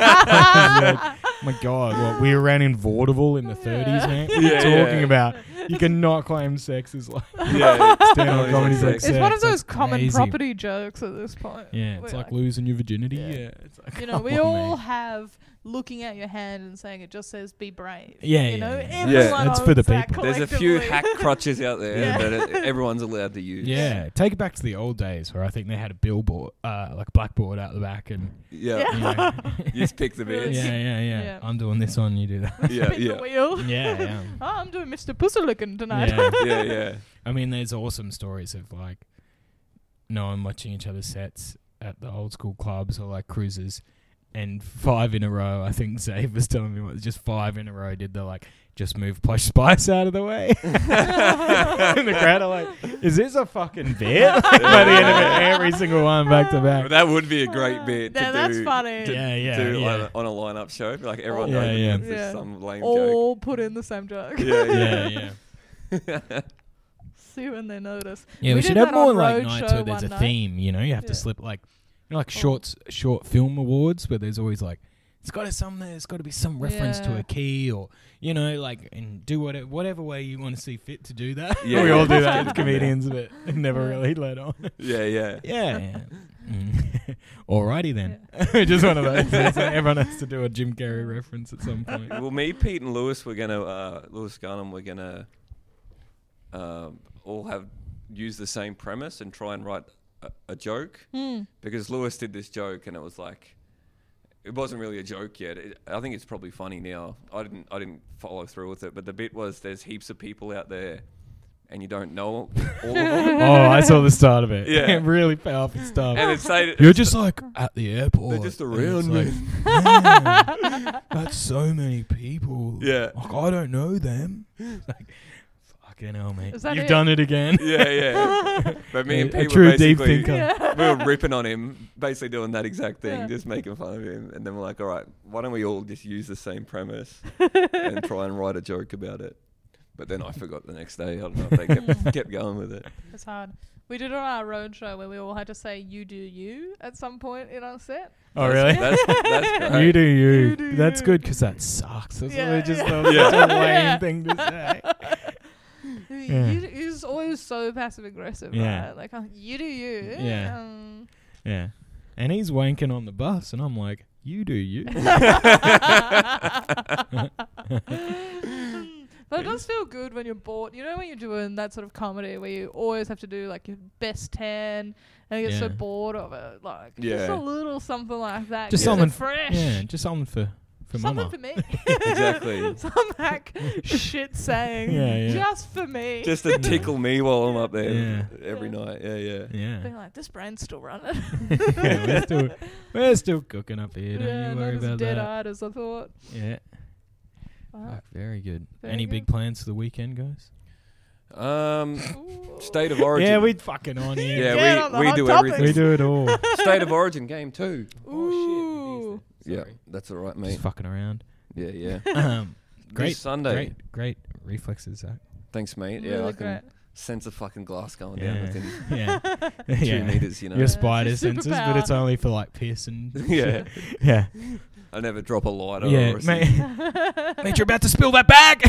Speaker 3: I was like, Oh my God, what we ran in vaudeville in the 30s, man. What are you
Speaker 1: Yeah,
Speaker 3: talking
Speaker 1: yeah.
Speaker 3: about? You cannot claim sex is like
Speaker 1: Yeah.
Speaker 3: stand up
Speaker 1: yeah,
Speaker 3: comedy's like
Speaker 1: It's
Speaker 4: It's one
Speaker 3: sex.
Speaker 4: of those
Speaker 3: That's
Speaker 4: common
Speaker 3: crazy.
Speaker 4: property jokes at this point.
Speaker 3: Yeah,
Speaker 4: We're
Speaker 3: it's like losing your virginity.
Speaker 4: Yeah.
Speaker 3: Yeah, it's like,
Speaker 4: you know, we
Speaker 3: come on,
Speaker 4: all
Speaker 3: mate.
Speaker 4: have looking at your hand and saying it just says be brave.
Speaker 3: Yeah,
Speaker 4: you
Speaker 3: yeah,
Speaker 4: know,
Speaker 3: yeah, yeah.
Speaker 4: everyone
Speaker 3: That's for the
Speaker 4: owns that
Speaker 3: people.
Speaker 1: There's a few
Speaker 4: collectively.
Speaker 1: hack crutches out there
Speaker 4: Yeah.
Speaker 1: that it, everyone's allowed to use.
Speaker 3: Yeah, take it back to the old days where I think they had a billboard, uh, like blackboard out the back, and
Speaker 1: Yeah.
Speaker 4: Yeah.
Speaker 3: you know, yeah,
Speaker 1: You just pick the
Speaker 3: yeah,
Speaker 1: bits.
Speaker 3: yeah,
Speaker 4: Yeah.
Speaker 3: I'm doing this one, you do that.
Speaker 1: Yeah.
Speaker 4: Spin the
Speaker 1: Yeah.
Speaker 4: wheel.
Speaker 3: yeah, yeah.
Speaker 4: Oh, I'm doing Mr. Pussylicking tonight.
Speaker 3: yeah.
Speaker 1: Yeah. Yeah.
Speaker 3: I mean, there's awesome stories of like, no one watching each other's sets at the old school clubs or like cruises, and five in a row. I think Zave was telling me what just five in a row did the like. Just move plush spice out of the way. and the crowd are like, "Is this a fucking bit?" By the end of it, every single one back to back.
Speaker 1: But that would be a great bit to
Speaker 4: Yeah, that's
Speaker 1: do.
Speaker 4: funny.
Speaker 1: To,
Speaker 3: Yeah, yeah,
Speaker 1: do
Speaker 3: yeah.
Speaker 1: On, a, on a lineup show, like everyone
Speaker 3: Yeah,
Speaker 1: knows
Speaker 3: yeah.
Speaker 1: it's just
Speaker 4: Yeah.
Speaker 1: some lame joke.
Speaker 4: All put in the same joke.
Speaker 1: Yeah, yeah,
Speaker 3: yeah.
Speaker 4: See when they notice.
Speaker 3: Yeah, we,
Speaker 4: We
Speaker 3: should
Speaker 4: did
Speaker 3: have
Speaker 4: that
Speaker 3: more
Speaker 4: on
Speaker 3: like
Speaker 4: Roadshow
Speaker 3: nights where there's a
Speaker 4: one night.
Speaker 3: theme. You know, you have
Speaker 4: Yeah. Oh.
Speaker 3: to slip like, you know, like shorts, short film awards where there's always like, it's got to some, there's got to be some reference to
Speaker 4: Yeah.
Speaker 3: a key or you know, like, and do whatever, whatever way you want to see fit to do that.
Speaker 1: Yeah,
Speaker 3: we
Speaker 1: yeah.
Speaker 3: all do that
Speaker 1: Yeah.
Speaker 3: as comedians, but never
Speaker 4: Yeah.
Speaker 3: really let on.
Speaker 1: Yeah, yeah.
Speaker 3: Yeah. yeah. Mm. Alrighty then. Just one of those. It's like everyone has to do a Jim Carrey reference at some point.
Speaker 1: Well, me, Pete, and Lewis, we're gonna uh, Lewis Garnham, we're gonna um, all have use the same premise and try and write a, a joke because Lewis did this joke and it was like it wasn't really a joke yet. It, I think it's probably funny now. I didn't I didn't follow through with it, but the bit was there's heaps of people out there and you don't know all of them.
Speaker 3: Oh, I saw the start of it.
Speaker 1: Yeah.
Speaker 3: really powerful stuff.
Speaker 1: and it's say
Speaker 3: You're just like at the airport.
Speaker 1: They're just
Speaker 3: and
Speaker 1: around
Speaker 3: it's
Speaker 1: me.
Speaker 3: "Man, that's so many people.
Speaker 1: Yeah.
Speaker 3: Like, I don't know them. It's like, fucking hell, mate.
Speaker 4: Is that
Speaker 3: You've
Speaker 4: it?
Speaker 3: done it again.
Speaker 1: yeah, yeah. But me and
Speaker 3: A- a
Speaker 1: Pete were
Speaker 3: true deep
Speaker 1: basically
Speaker 3: thinker.
Speaker 1: we were ripping on him, basically doing that exact thing,
Speaker 4: Yeah.
Speaker 1: just making fun of him. And then we're like, all right, why don't we all just use the same premise
Speaker 4: Hmm.
Speaker 1: and try and write a joke about it? But then I forgot the next day. I don't know if they kept, kept going with it.
Speaker 4: It's hard. We did it on our road show where we all had to say "you do you" at some point in our set.
Speaker 3: Oh,
Speaker 1: That's-
Speaker 3: really?
Speaker 1: That's, that's great.
Speaker 3: You do you.
Speaker 4: You do
Speaker 3: That's
Speaker 4: you.
Speaker 3: good because that sucks. That's
Speaker 4: Yeah,
Speaker 3: really just
Speaker 4: yeah.
Speaker 3: a-
Speaker 1: Yeah.
Speaker 3: such a lame
Speaker 4: Yeah.
Speaker 3: thing to say. Yeah.
Speaker 4: You, you is always so passive aggressive,
Speaker 3: Yeah.
Speaker 4: right? Like oh, you do you.
Speaker 3: Yeah.
Speaker 4: Um,
Speaker 3: Yeah. And he's wanking on the bus, and I'm like, you do you.
Speaker 4: but it does feel good when you're bored. You know when you're doing that sort of comedy where you always have to do like your best ten, and you get so
Speaker 3: Yeah.
Speaker 4: bored of it. Like just
Speaker 1: Yeah.
Speaker 4: a little something like that.
Speaker 3: Just
Speaker 4: keeps it
Speaker 3: something-
Speaker 4: fresh.
Speaker 3: yeah, just something for, for
Speaker 4: Something
Speaker 3: mama.
Speaker 4: for me.
Speaker 1: Exactly.
Speaker 4: Some hack shit saying.
Speaker 3: Yeah, yeah.
Speaker 4: Just for me.
Speaker 1: Just to tickle me while I'm up there
Speaker 3: Yeah.
Speaker 1: every
Speaker 4: Yeah.
Speaker 1: night. Yeah, yeah.
Speaker 4: being
Speaker 3: yeah.
Speaker 4: like, this brand's still running.
Speaker 3: Yeah, we're, still, we're still cooking up here. Don't
Speaker 4: yeah,
Speaker 3: you
Speaker 4: not
Speaker 3: worry
Speaker 4: as
Speaker 3: about
Speaker 4: dead
Speaker 3: that.
Speaker 4: eyed as I thought.
Speaker 3: Yeah.
Speaker 4: Wow.
Speaker 3: Fuck, very good.
Speaker 4: Very
Speaker 3: Any
Speaker 4: good.
Speaker 3: big plans for the weekend, guys?
Speaker 1: Um,
Speaker 4: Ooh.
Speaker 1: state of origin.
Speaker 3: Yeah, we fucking on here.
Speaker 4: Get
Speaker 1: Yeah, we-
Speaker 4: on the
Speaker 1: we
Speaker 4: hot
Speaker 1: do
Speaker 4: topics.
Speaker 1: everything.
Speaker 3: we do it all.
Speaker 1: state of origin game two.
Speaker 3: Oh,
Speaker 4: Ooh.
Speaker 1: Yeah, that's all right, mate.
Speaker 3: Just fucking around.
Speaker 1: Yeah, yeah.
Speaker 3: Um,
Speaker 1: This
Speaker 3: great,
Speaker 1: Sunday.
Speaker 3: great, great reflexes, Zach.
Speaker 1: Thanks, mate. Yeah,
Speaker 4: Really
Speaker 1: I can
Speaker 4: great.
Speaker 1: sense the fucking glass going down
Speaker 3: Yeah.
Speaker 1: within
Speaker 3: yeah.
Speaker 1: two
Speaker 3: yeah.
Speaker 1: meters. You know,
Speaker 3: Your
Speaker 4: Yes.
Speaker 3: spider
Speaker 4: It's a
Speaker 3: senses, but
Speaker 4: superpower.
Speaker 3: it's only for like piercing.
Speaker 1: Yeah.
Speaker 3: yeah.
Speaker 1: I never drop a lighter.
Speaker 3: yeah.
Speaker 1: or a
Speaker 3: Mate, mate, you're about to spill that bag.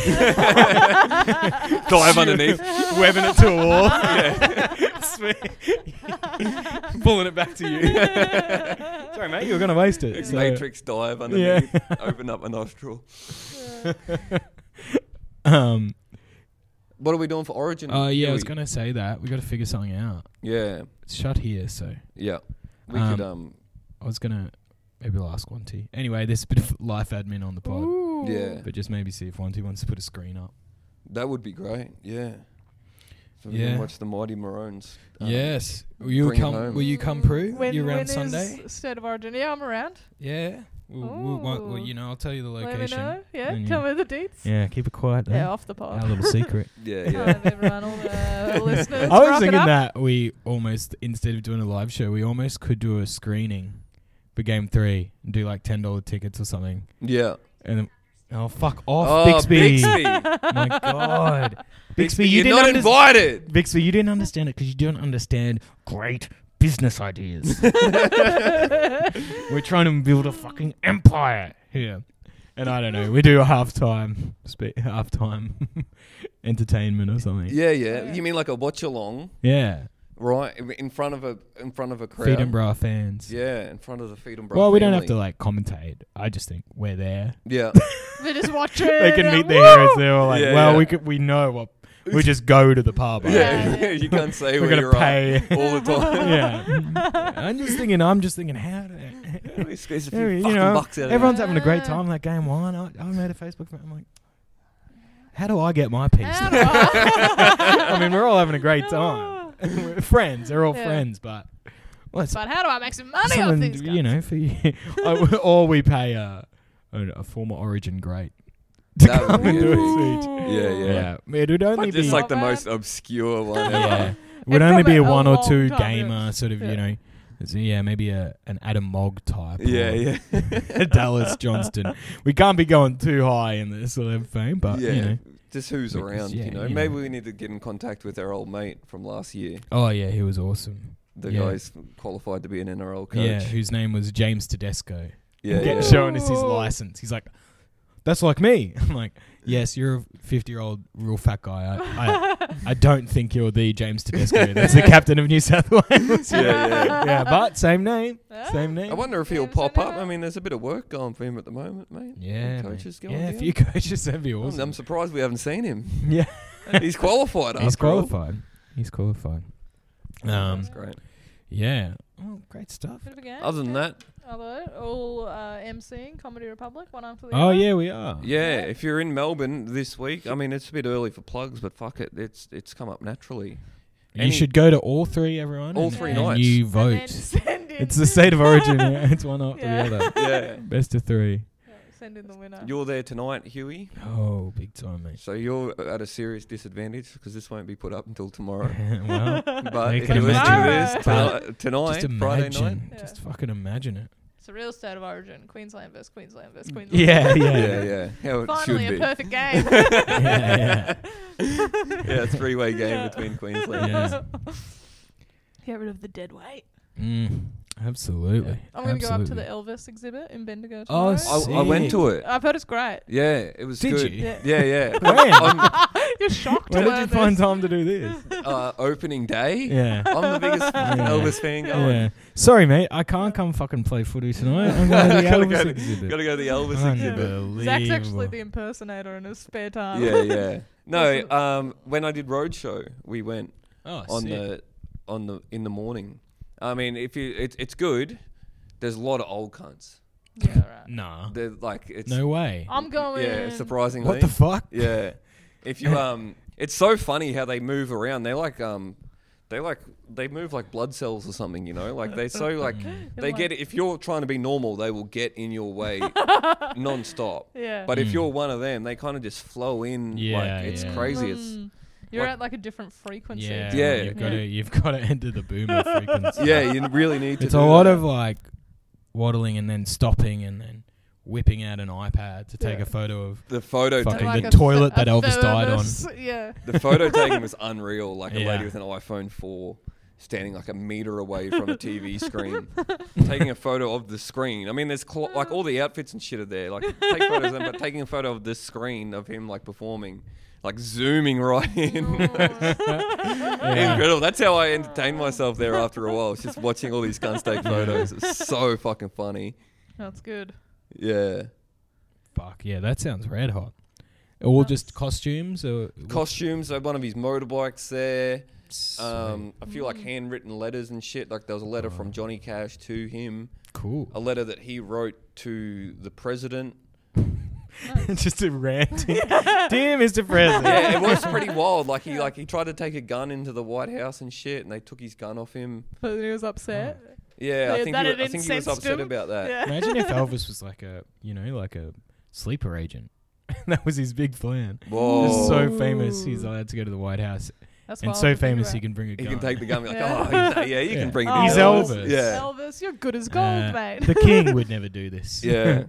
Speaker 1: Dive underneath.
Speaker 3: Webbing it to a wall. Pulling it back to you. Sorry, mate, you were going to waste it.
Speaker 1: It's
Speaker 3: so-
Speaker 1: matrix dive underneath. Open up a nostril.
Speaker 3: Um,
Speaker 1: What are we doing for Origin?
Speaker 3: oh, yeah, I
Speaker 1: Huey?
Speaker 3: was going to say that. we got to figure something out.
Speaker 1: Yeah,
Speaker 3: It's shut here, so
Speaker 1: yeah. We could um.
Speaker 3: I was going to. Maybe I'll ask Wanty. Anyway, there's a bit of life admin on the pod,
Speaker 4: Ooh.
Speaker 1: Yeah,
Speaker 3: but just maybe see if Wanty wants to put a screen up.
Speaker 1: that would be great. Yeah. So we
Speaker 3: Yeah.
Speaker 1: can watch the Mighty Maroons. um,
Speaker 3: yes. Will you
Speaker 1: bring it
Speaker 3: come?
Speaker 1: home.
Speaker 3: Will you come, Prue?
Speaker 4: When,
Speaker 3: you
Speaker 4: when
Speaker 3: around
Speaker 4: is
Speaker 3: Sunday?
Speaker 4: State of Origin. Yeah, I'm around.
Speaker 3: Yeah. We'll, we'll, wa- well,
Speaker 4: Ooh.
Speaker 3: you know, I'll tell you the location.
Speaker 4: Let me know. Yeah,
Speaker 3: Then
Speaker 4: tell
Speaker 3: you-
Speaker 4: me the deets.
Speaker 3: Yeah, keep it quiet.
Speaker 4: Yeah,
Speaker 3: though.
Speaker 4: off the pod.
Speaker 3: Our little secret.
Speaker 1: Yeah,
Speaker 4: All
Speaker 1: yeah.
Speaker 4: right, everyone, all the listeners,
Speaker 3: I
Speaker 4: rock
Speaker 3: was
Speaker 4: it
Speaker 3: thinking
Speaker 4: up.
Speaker 3: that we almost, instead of doing a live show, we almost could do a screening for game three and do like $10 tickets or something.
Speaker 1: yeah.
Speaker 3: And then, oh, fuck off, Bixby. My God. Bixby, you
Speaker 1: you're
Speaker 3: didn't
Speaker 1: not
Speaker 3: understand.
Speaker 1: invited.
Speaker 3: Bixby, you didn't understand it because you don't understand great business ideas. We're trying to build a fucking empire here. And I don't know, we do a halftime, spe- halftime entertainment or something.
Speaker 1: Yeah, yeah. You mean like a watch along,
Speaker 3: Yeah.
Speaker 1: right? In front of a in front of a crowd.
Speaker 3: Feed and bra fans.
Speaker 1: Yeah, in front of the feed and bro.
Speaker 3: Well, we don't have to like commentate. I just think we're there.
Speaker 1: Yeah,
Speaker 4: We're just watching.
Speaker 3: They can
Speaker 4: and
Speaker 3: meet their
Speaker 4: woo!
Speaker 3: heroes. They're all like,
Speaker 1: Yeah,
Speaker 3: well,
Speaker 1: yeah.
Speaker 3: we could, we know what. We just go to the pub. I
Speaker 1: yeah.
Speaker 4: Yeah.
Speaker 1: you can't say
Speaker 3: We're
Speaker 1: where
Speaker 3: gonna
Speaker 1: you're at
Speaker 3: pay.
Speaker 1: all the time.
Speaker 3: yeah. I'm just thinking. I'm just thinking. How? Do,
Speaker 1: we squeeze a few
Speaker 3: Yeah, you
Speaker 1: fucking
Speaker 3: know,
Speaker 1: bucks out of
Speaker 3: everyone's having a great
Speaker 4: Yeah.
Speaker 3: time that game. Why not? I made a Facebook. friend, I'm like, how do I get my piece?
Speaker 4: How do I-
Speaker 3: I mean, we're all having a great time. we're friends. They're all
Speaker 4: Yeah.
Speaker 3: friends, but well, it's
Speaker 4: But how do I make some money off
Speaker 3: Someone,
Speaker 4: these guys?
Speaker 3: you know, for you, I- or we pay a, a, a former Origin great to
Speaker 1: That would
Speaker 3: come
Speaker 1: be
Speaker 3: and do a
Speaker 1: epic.
Speaker 3: speech.
Speaker 1: Yeah, yeah.
Speaker 3: Yeah, it would only
Speaker 1: But
Speaker 3: be
Speaker 1: just like the
Speaker 4: Not bad.
Speaker 1: most obscure one.
Speaker 3: yeah,
Speaker 1: ever.
Speaker 3: it would
Speaker 4: And
Speaker 3: only
Speaker 4: from
Speaker 3: be a,
Speaker 4: a- a
Speaker 3: one or
Speaker 4: long
Speaker 3: two
Speaker 4: time,
Speaker 3: gamer sort of,
Speaker 4: Yeah.
Speaker 3: you know, it's- yeah, maybe a an Adam Mogg type.
Speaker 1: Yeah,
Speaker 3: or
Speaker 1: yeah,
Speaker 3: Dallas Johnston. We can't be going too high in the sort of fame, but
Speaker 1: yeah.
Speaker 3: you know,
Speaker 1: Just who's
Speaker 3: Because,
Speaker 1: around,
Speaker 3: yeah,
Speaker 1: you know.
Speaker 3: you
Speaker 1: Maybe
Speaker 3: know.
Speaker 1: we need to get in contact with our old mate from last year,
Speaker 3: Oh yeah, he was awesome.
Speaker 1: the
Speaker 3: Yeah.
Speaker 1: guy's qualified to be an NRL coach.
Speaker 3: Yeah, whose name was James Tedesco.
Speaker 1: yeah,
Speaker 3: Get
Speaker 1: yeah.
Speaker 3: shown us his
Speaker 4: Ooh.
Speaker 3: license. He's like, "That's like me." I'm like, "Yes, you're a 50 year old real fat guy. I, I, I don't think you're the James Tedesco. That's the captain of New South Wales.
Speaker 1: Yeah, yeah.
Speaker 3: yeah, but same name,
Speaker 4: Yeah.
Speaker 3: same
Speaker 1: I
Speaker 3: name.
Speaker 1: wonder if he'll
Speaker 4: Yeah, so
Speaker 1: pop up.
Speaker 4: now-
Speaker 1: I mean, there's a bit of work going for him at the moment, mate.
Speaker 3: Yeah, mate.
Speaker 1: coaches going.
Speaker 3: yeah.
Speaker 1: Yeah,
Speaker 3: A few coaches, that'd be
Speaker 1: I'm, I'm
Speaker 3: awesome.
Speaker 1: surprised we haven't seen him.
Speaker 3: Yeah,
Speaker 1: He's qualified.
Speaker 3: he's
Speaker 1: after all.
Speaker 3: qualified. He's qualified. Um,
Speaker 1: That's great.
Speaker 3: yeah. Oh, great stuff.
Speaker 4: Bit of a game.
Speaker 1: Other than that,
Speaker 4: Hello, all uh, MCing Comedy Republic, one after the
Speaker 3: Oh
Speaker 4: other.
Speaker 3: yeah, we are.
Speaker 1: yeah, if you're in Melbourne this week, I mean, it's a bit early for plugs, but fuck it, it's it's come up naturally.
Speaker 3: you
Speaker 1: Any-
Speaker 3: should go to all three, everyone.
Speaker 1: All
Speaker 3: and-
Speaker 4: three
Speaker 3: and
Speaker 1: nights.
Speaker 3: You
Speaker 4: And then
Speaker 3: vote.
Speaker 4: send in
Speaker 3: It's the state of origin. yeah. It's one after
Speaker 4: Yeah.
Speaker 3: the other.
Speaker 1: yeah,
Speaker 3: Best of three.
Speaker 4: Yeah, Send in the winner.
Speaker 1: you're there tonight, Huey.
Speaker 3: Oh, big time, mate.
Speaker 1: So you're at a serious disadvantage because this won't be put up until tomorrow.
Speaker 3: well,
Speaker 1: But
Speaker 3: Make
Speaker 1: if
Speaker 3: it
Speaker 1: you listen to this
Speaker 3: tomorrow.
Speaker 1: tonight, tonight
Speaker 3: just
Speaker 1: Friday night,
Speaker 3: imagine.
Speaker 4: Yeah.
Speaker 3: Just fucking imagine it.
Speaker 4: It's a real state of origin. Queensland versus Queensland versus Queensland.
Speaker 3: Yeah, yeah.
Speaker 1: yeah, yeah, how it
Speaker 4: Finally, a
Speaker 1: should be.
Speaker 4: perfect game.
Speaker 3: yeah.
Speaker 1: yeah, it's three-way game
Speaker 4: Yeah.
Speaker 1: between Queensland.
Speaker 3: Yeah.
Speaker 4: Get rid of the dead weight.
Speaker 3: Mm, absolutely.
Speaker 4: I'm going to go up to the
Speaker 3: absolutely.
Speaker 4: Elvis exhibit in Bendigo
Speaker 3: Oh,
Speaker 4: tomorrow.
Speaker 1: I, I went to it.
Speaker 4: I've heard it's great.
Speaker 1: Yeah, it was
Speaker 3: Did
Speaker 1: good.
Speaker 3: you?
Speaker 4: Yeah.
Speaker 1: Yeah, yeah.
Speaker 3: When?
Speaker 1: On,
Speaker 4: You're shocked
Speaker 3: When
Speaker 4: to
Speaker 3: did you
Speaker 4: learn
Speaker 3: find
Speaker 4: this.
Speaker 3: time to do this?
Speaker 1: uh, opening day.
Speaker 3: yeah.
Speaker 1: I'm the biggest fucking
Speaker 3: Yeah.
Speaker 1: Elvis fan going.
Speaker 3: Yeah. Sorry, mate. I can't come fucking play footy tonight. I'm going to the
Speaker 1: Gotta
Speaker 3: Elvis
Speaker 1: go to-
Speaker 3: exhibit.
Speaker 1: Gotta go to the Elvis exhibit.
Speaker 3: Unbelievable.
Speaker 4: Zach's actually the impersonator in his spare time.
Speaker 1: Yeah, yeah. No,
Speaker 4: That's
Speaker 1: um, when I did Roadshow, we went
Speaker 3: oh,
Speaker 1: on
Speaker 3: sick.
Speaker 1: the on the in the morning. I mean, if you it, it's good. There's a lot of old cunts.
Speaker 4: Yeah, right.
Speaker 3: Nah.
Speaker 1: They're like it's
Speaker 3: No way.
Speaker 4: I'm going.
Speaker 1: yeah, surprisingly.
Speaker 3: What the fuck?
Speaker 1: yeah. If you um, it's so funny how they move around. They like um, they like they move like blood cells or something. You know, like they so like they
Speaker 3: Mm.
Speaker 4: like-
Speaker 1: get if you're trying to be normal, they will get in your way non-stop.
Speaker 4: yeah.
Speaker 1: But if
Speaker 3: Mm.
Speaker 1: you're one of them, they kind of just flow in.
Speaker 3: Yeah,
Speaker 1: like, it's
Speaker 3: yeah.
Speaker 1: crazy. It's
Speaker 4: Mm. You're
Speaker 1: like-
Speaker 4: at like a different frequency.
Speaker 3: Yeah,
Speaker 1: Yeah.
Speaker 3: You've
Speaker 4: Yeah.
Speaker 3: got to you've got to enter the boomer frequency.
Speaker 1: yeah, you really need to.
Speaker 3: it's a
Speaker 1: do
Speaker 3: lot
Speaker 1: that.
Speaker 3: of like waddling and then stopping and then whipping out an iPad to take
Speaker 1: Yeah.
Speaker 3: a photo of.
Speaker 1: the photo.
Speaker 3: Fucking
Speaker 1: taking-
Speaker 3: the
Speaker 4: a
Speaker 3: toilet
Speaker 4: th-
Speaker 3: that
Speaker 4: a
Speaker 3: Elvis died on.
Speaker 4: thermos. Yeah.
Speaker 1: The photo taking was unreal. Like a
Speaker 3: Yeah.
Speaker 1: lady with an iPhone 4 standing like a meter away from a TV screen, taking a photo of the screen. I mean, there's cl- like all the outfits and shit are there. Like take photos, of them, but taking a photo of the screen of him like performing, like zooming right in.
Speaker 4: Oh.
Speaker 1: Incredible. That's how I entertained myself there after a while. It's just watching all these guns take photos. It's so fucking funny.
Speaker 4: That's good.
Speaker 1: Yeah.
Speaker 3: Fuck yeah, that sounds red hot. All
Speaker 4: That's-
Speaker 3: just costumes or
Speaker 1: Costumes. uh, One of his motorbikes there.
Speaker 3: Sweet.
Speaker 1: Um, I feel like handwritten letters and shit. Like there was a letter
Speaker 3: Oh.
Speaker 1: from Johnny Cash to him,
Speaker 3: cool.
Speaker 1: a letter that he wrote to the president.
Speaker 3: just a ranting. Dear Mr. President.
Speaker 1: Yeah, it was pretty wild. Like he like he tried to take a gun into the White House and shit, and they took his gun off him.
Speaker 4: But then he was upset.
Speaker 1: Yeah,
Speaker 4: Yeah,
Speaker 1: I think
Speaker 4: that
Speaker 1: he,
Speaker 4: it
Speaker 1: wa- I think he was
Speaker 4: incensed
Speaker 1: upset
Speaker 4: him.
Speaker 1: about that.
Speaker 4: Yeah.
Speaker 3: Oh. Imagine if Elvis was like a you know like a sleeper agent. that was his big plan.
Speaker 1: Whoa,
Speaker 3: He's so famous. He's
Speaker 4: Ooh.
Speaker 3: allowed to go to the White House,
Speaker 4: That's
Speaker 3: and
Speaker 4: Oh. wild
Speaker 3: so
Speaker 4: to think
Speaker 3: famous
Speaker 4: about.
Speaker 3: he can bring a
Speaker 1: he
Speaker 3: gun.
Speaker 1: can take the gun. And be like,
Speaker 4: Yeah.
Speaker 1: oh, he's, yeah, you
Speaker 3: Yeah.
Speaker 1: can bring. it
Speaker 4: Oh,
Speaker 1: in."
Speaker 3: He's Elvis.
Speaker 1: Yeah,
Speaker 4: Elvis, you're good as gold,
Speaker 3: Uh,
Speaker 4: mate.
Speaker 3: the king would never do this.
Speaker 1: yeah.